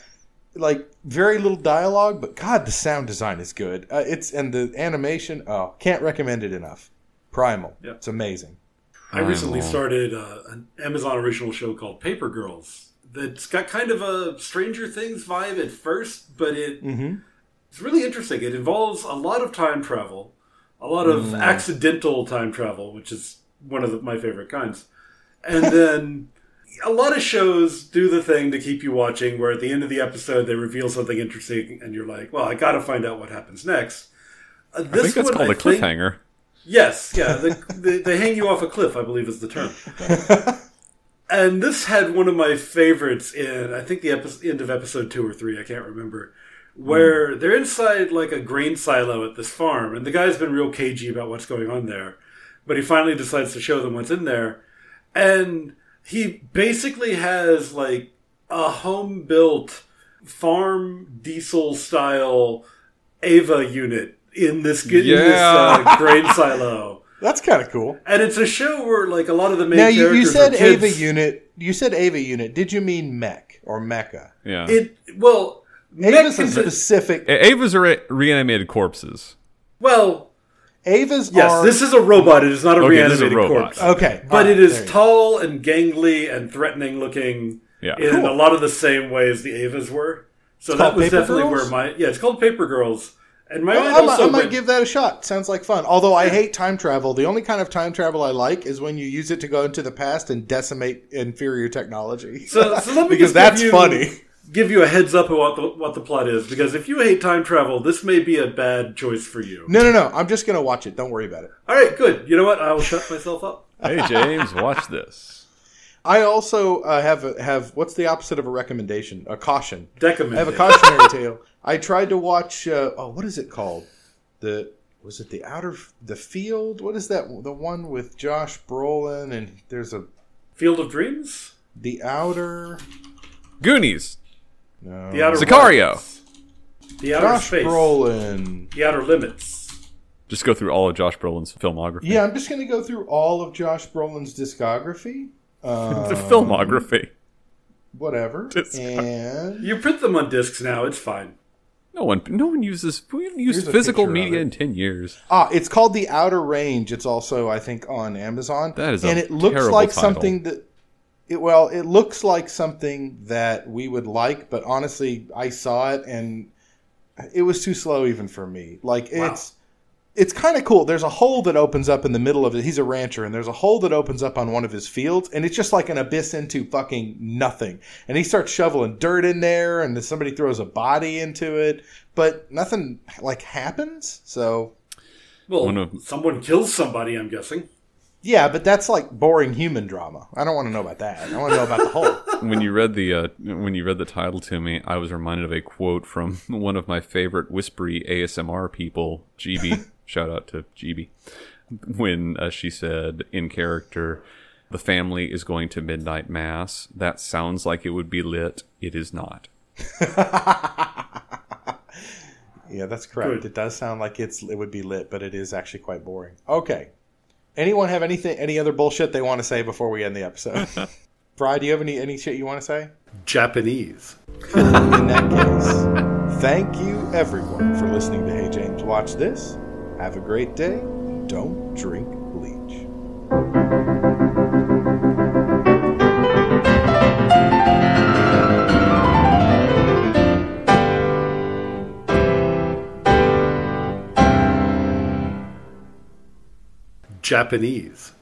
[SPEAKER 2] Like, very little dialogue, but God, the sound design is good. Uh, it's And the animation, oh, can't recommend it enough. Primal.
[SPEAKER 1] Yeah.
[SPEAKER 2] It's amazing.
[SPEAKER 1] I recently started uh, an Amazon original show called Paper Girls that's got kind of a Stranger Things vibe at first, but it
[SPEAKER 3] Mm-hmm.
[SPEAKER 1] it's really interesting. It involves a lot of time travel, a lot of
[SPEAKER 3] Mm.
[SPEAKER 1] accidental time travel, which is one of the, my favorite kinds. And then a lot of shows do the thing to keep you watching, where at the end of the episode they reveal something interesting, and you're like, "Well, I got to find out what happens next." Uh,
[SPEAKER 3] I think
[SPEAKER 1] this
[SPEAKER 3] that's
[SPEAKER 1] one,
[SPEAKER 3] called
[SPEAKER 1] I
[SPEAKER 3] a
[SPEAKER 1] think-
[SPEAKER 3] cliffhanger.
[SPEAKER 1] Yes, yeah, they, they, they hang you off a cliff, I believe is the term. and this had one of my favorites in, I think, the epi- end of episode two or three, I can't remember, where they're inside like a grain silo at this farm, and the guy's been real cagey about what's going on there, but he finally decides to show them what's in there, and he basically has like a home built farm diesel style Ava unit in this, in this
[SPEAKER 3] Yeah.
[SPEAKER 1] uh, grain silo.
[SPEAKER 2] That's kind of cool.
[SPEAKER 1] And it's a show where like a lot of the main
[SPEAKER 2] Now, you,
[SPEAKER 1] characters
[SPEAKER 2] you said
[SPEAKER 1] are kids.
[SPEAKER 2] Ava unit. You said Ava unit. Did you mean mech or mecha?
[SPEAKER 3] Yeah.
[SPEAKER 1] It well,
[SPEAKER 2] Ava's
[SPEAKER 1] Nick
[SPEAKER 2] a
[SPEAKER 1] is a-
[SPEAKER 2] specific.
[SPEAKER 3] A- Ava's are re- reanimated corpses.
[SPEAKER 1] well.
[SPEAKER 2] Ava's
[SPEAKER 1] Yes,
[SPEAKER 2] are
[SPEAKER 1] this is a robot. It is not a
[SPEAKER 3] Okay, this is a
[SPEAKER 1] reanimated
[SPEAKER 3] robot.
[SPEAKER 1] corpse,
[SPEAKER 2] okay,
[SPEAKER 1] but
[SPEAKER 2] alright,
[SPEAKER 1] it is
[SPEAKER 2] there you go.
[SPEAKER 1] tall and gangly and threatening looking.
[SPEAKER 3] Yeah.
[SPEAKER 1] in
[SPEAKER 2] Cool.
[SPEAKER 1] a lot of the same way as the Avas were. So that
[SPEAKER 2] called
[SPEAKER 1] was
[SPEAKER 2] Paper
[SPEAKER 1] definitely
[SPEAKER 2] Girls?
[SPEAKER 1] where my yeah, it's called Paper Girls, and my mind
[SPEAKER 2] I, might- I
[SPEAKER 1] also
[SPEAKER 2] might
[SPEAKER 1] went-
[SPEAKER 2] give that a shot. Sounds like fun. Although I hate time travel. The only kind of time travel I like is when you use it to go into the past and decimate inferior technology.
[SPEAKER 1] So- so let
[SPEAKER 2] because
[SPEAKER 1] me just give
[SPEAKER 2] that's
[SPEAKER 1] you-
[SPEAKER 2] funny.
[SPEAKER 1] give you a heads up of what the what the plot is because if you hate time travel, this may be a bad choice for you.
[SPEAKER 2] No, no, no. I'm just gonna watch it. Don't worry about it.
[SPEAKER 1] All right, good. You know what? I will shut myself up.
[SPEAKER 3] Hey, James, watch this.
[SPEAKER 2] I also uh, have a, have what's the opposite of a recommendation? A caution.
[SPEAKER 1] Decamin.
[SPEAKER 2] I have a cautionary tale. I tried to watch. Uh, oh, what is it called? The was it the outer the field? What is that? The one with Josh Brolin and there's a
[SPEAKER 1] Field of Dreams.
[SPEAKER 2] the outer.
[SPEAKER 3] Goonies.
[SPEAKER 2] No.
[SPEAKER 1] The outer
[SPEAKER 3] Sicario.
[SPEAKER 1] Wilds. The outer
[SPEAKER 2] Josh
[SPEAKER 1] space.
[SPEAKER 2] Brolin.
[SPEAKER 1] The outer limits.
[SPEAKER 3] Just go through all of Josh Brolin's filmography.
[SPEAKER 2] Yeah, I'm just gonna go through all of Josh Brolin's discography. Uh,
[SPEAKER 3] The filmography.
[SPEAKER 2] whatever.
[SPEAKER 3] Discog-
[SPEAKER 2] And
[SPEAKER 1] You print them on discs now. It's fine.
[SPEAKER 3] No one, no one uses. We haven't
[SPEAKER 2] Here's
[SPEAKER 3] used
[SPEAKER 2] a
[SPEAKER 3] physical
[SPEAKER 2] picture of
[SPEAKER 3] media
[SPEAKER 2] it.
[SPEAKER 3] in ten years.
[SPEAKER 2] Ah, it's called The Outer Range. It's also, I think, on Amazon.
[SPEAKER 3] That is a
[SPEAKER 2] and it looks
[SPEAKER 3] terrible
[SPEAKER 2] like
[SPEAKER 3] title.
[SPEAKER 2] something that. It, well, it looks like something that we would like, but honestly, I saw it and it was too slow even for me. Like
[SPEAKER 1] Wow.
[SPEAKER 2] it's it's kind of cool. There's a hole that opens up in the middle of it. He's a rancher, and there's a hole that opens up on one of his fields, and it's just like an abyss into fucking nothing. And he starts shoveling dirt in there, and then somebody throws a body into it, but nothing like happens. So
[SPEAKER 1] Well,
[SPEAKER 3] One of-
[SPEAKER 1] someone kills somebody. I'm guessing.
[SPEAKER 2] Yeah, but that's like boring human drama. I don't want to know about that. I want to know about the whole.
[SPEAKER 3] When you read the uh, when you read the title to me, I was reminded of a quote from one of my favorite whispery ASMR people, GB. Shout out to GB. When uh, she said in character, "The family is going to midnight mass." That sounds like it would be lit. It is not.
[SPEAKER 2] Yeah, that's correct.
[SPEAKER 1] Good.
[SPEAKER 2] It does sound like it's it would be lit, but it is actually quite boring. Okay. Anyone have anything any other bullshit they want to say before we end the episode? Fry, do you have any any shit you want to say?
[SPEAKER 1] Japanese.
[SPEAKER 2] In that case, thank you everyone for listening to Hey James Watch This. Have a great day. and Don't drink bleach.
[SPEAKER 1] Japanese.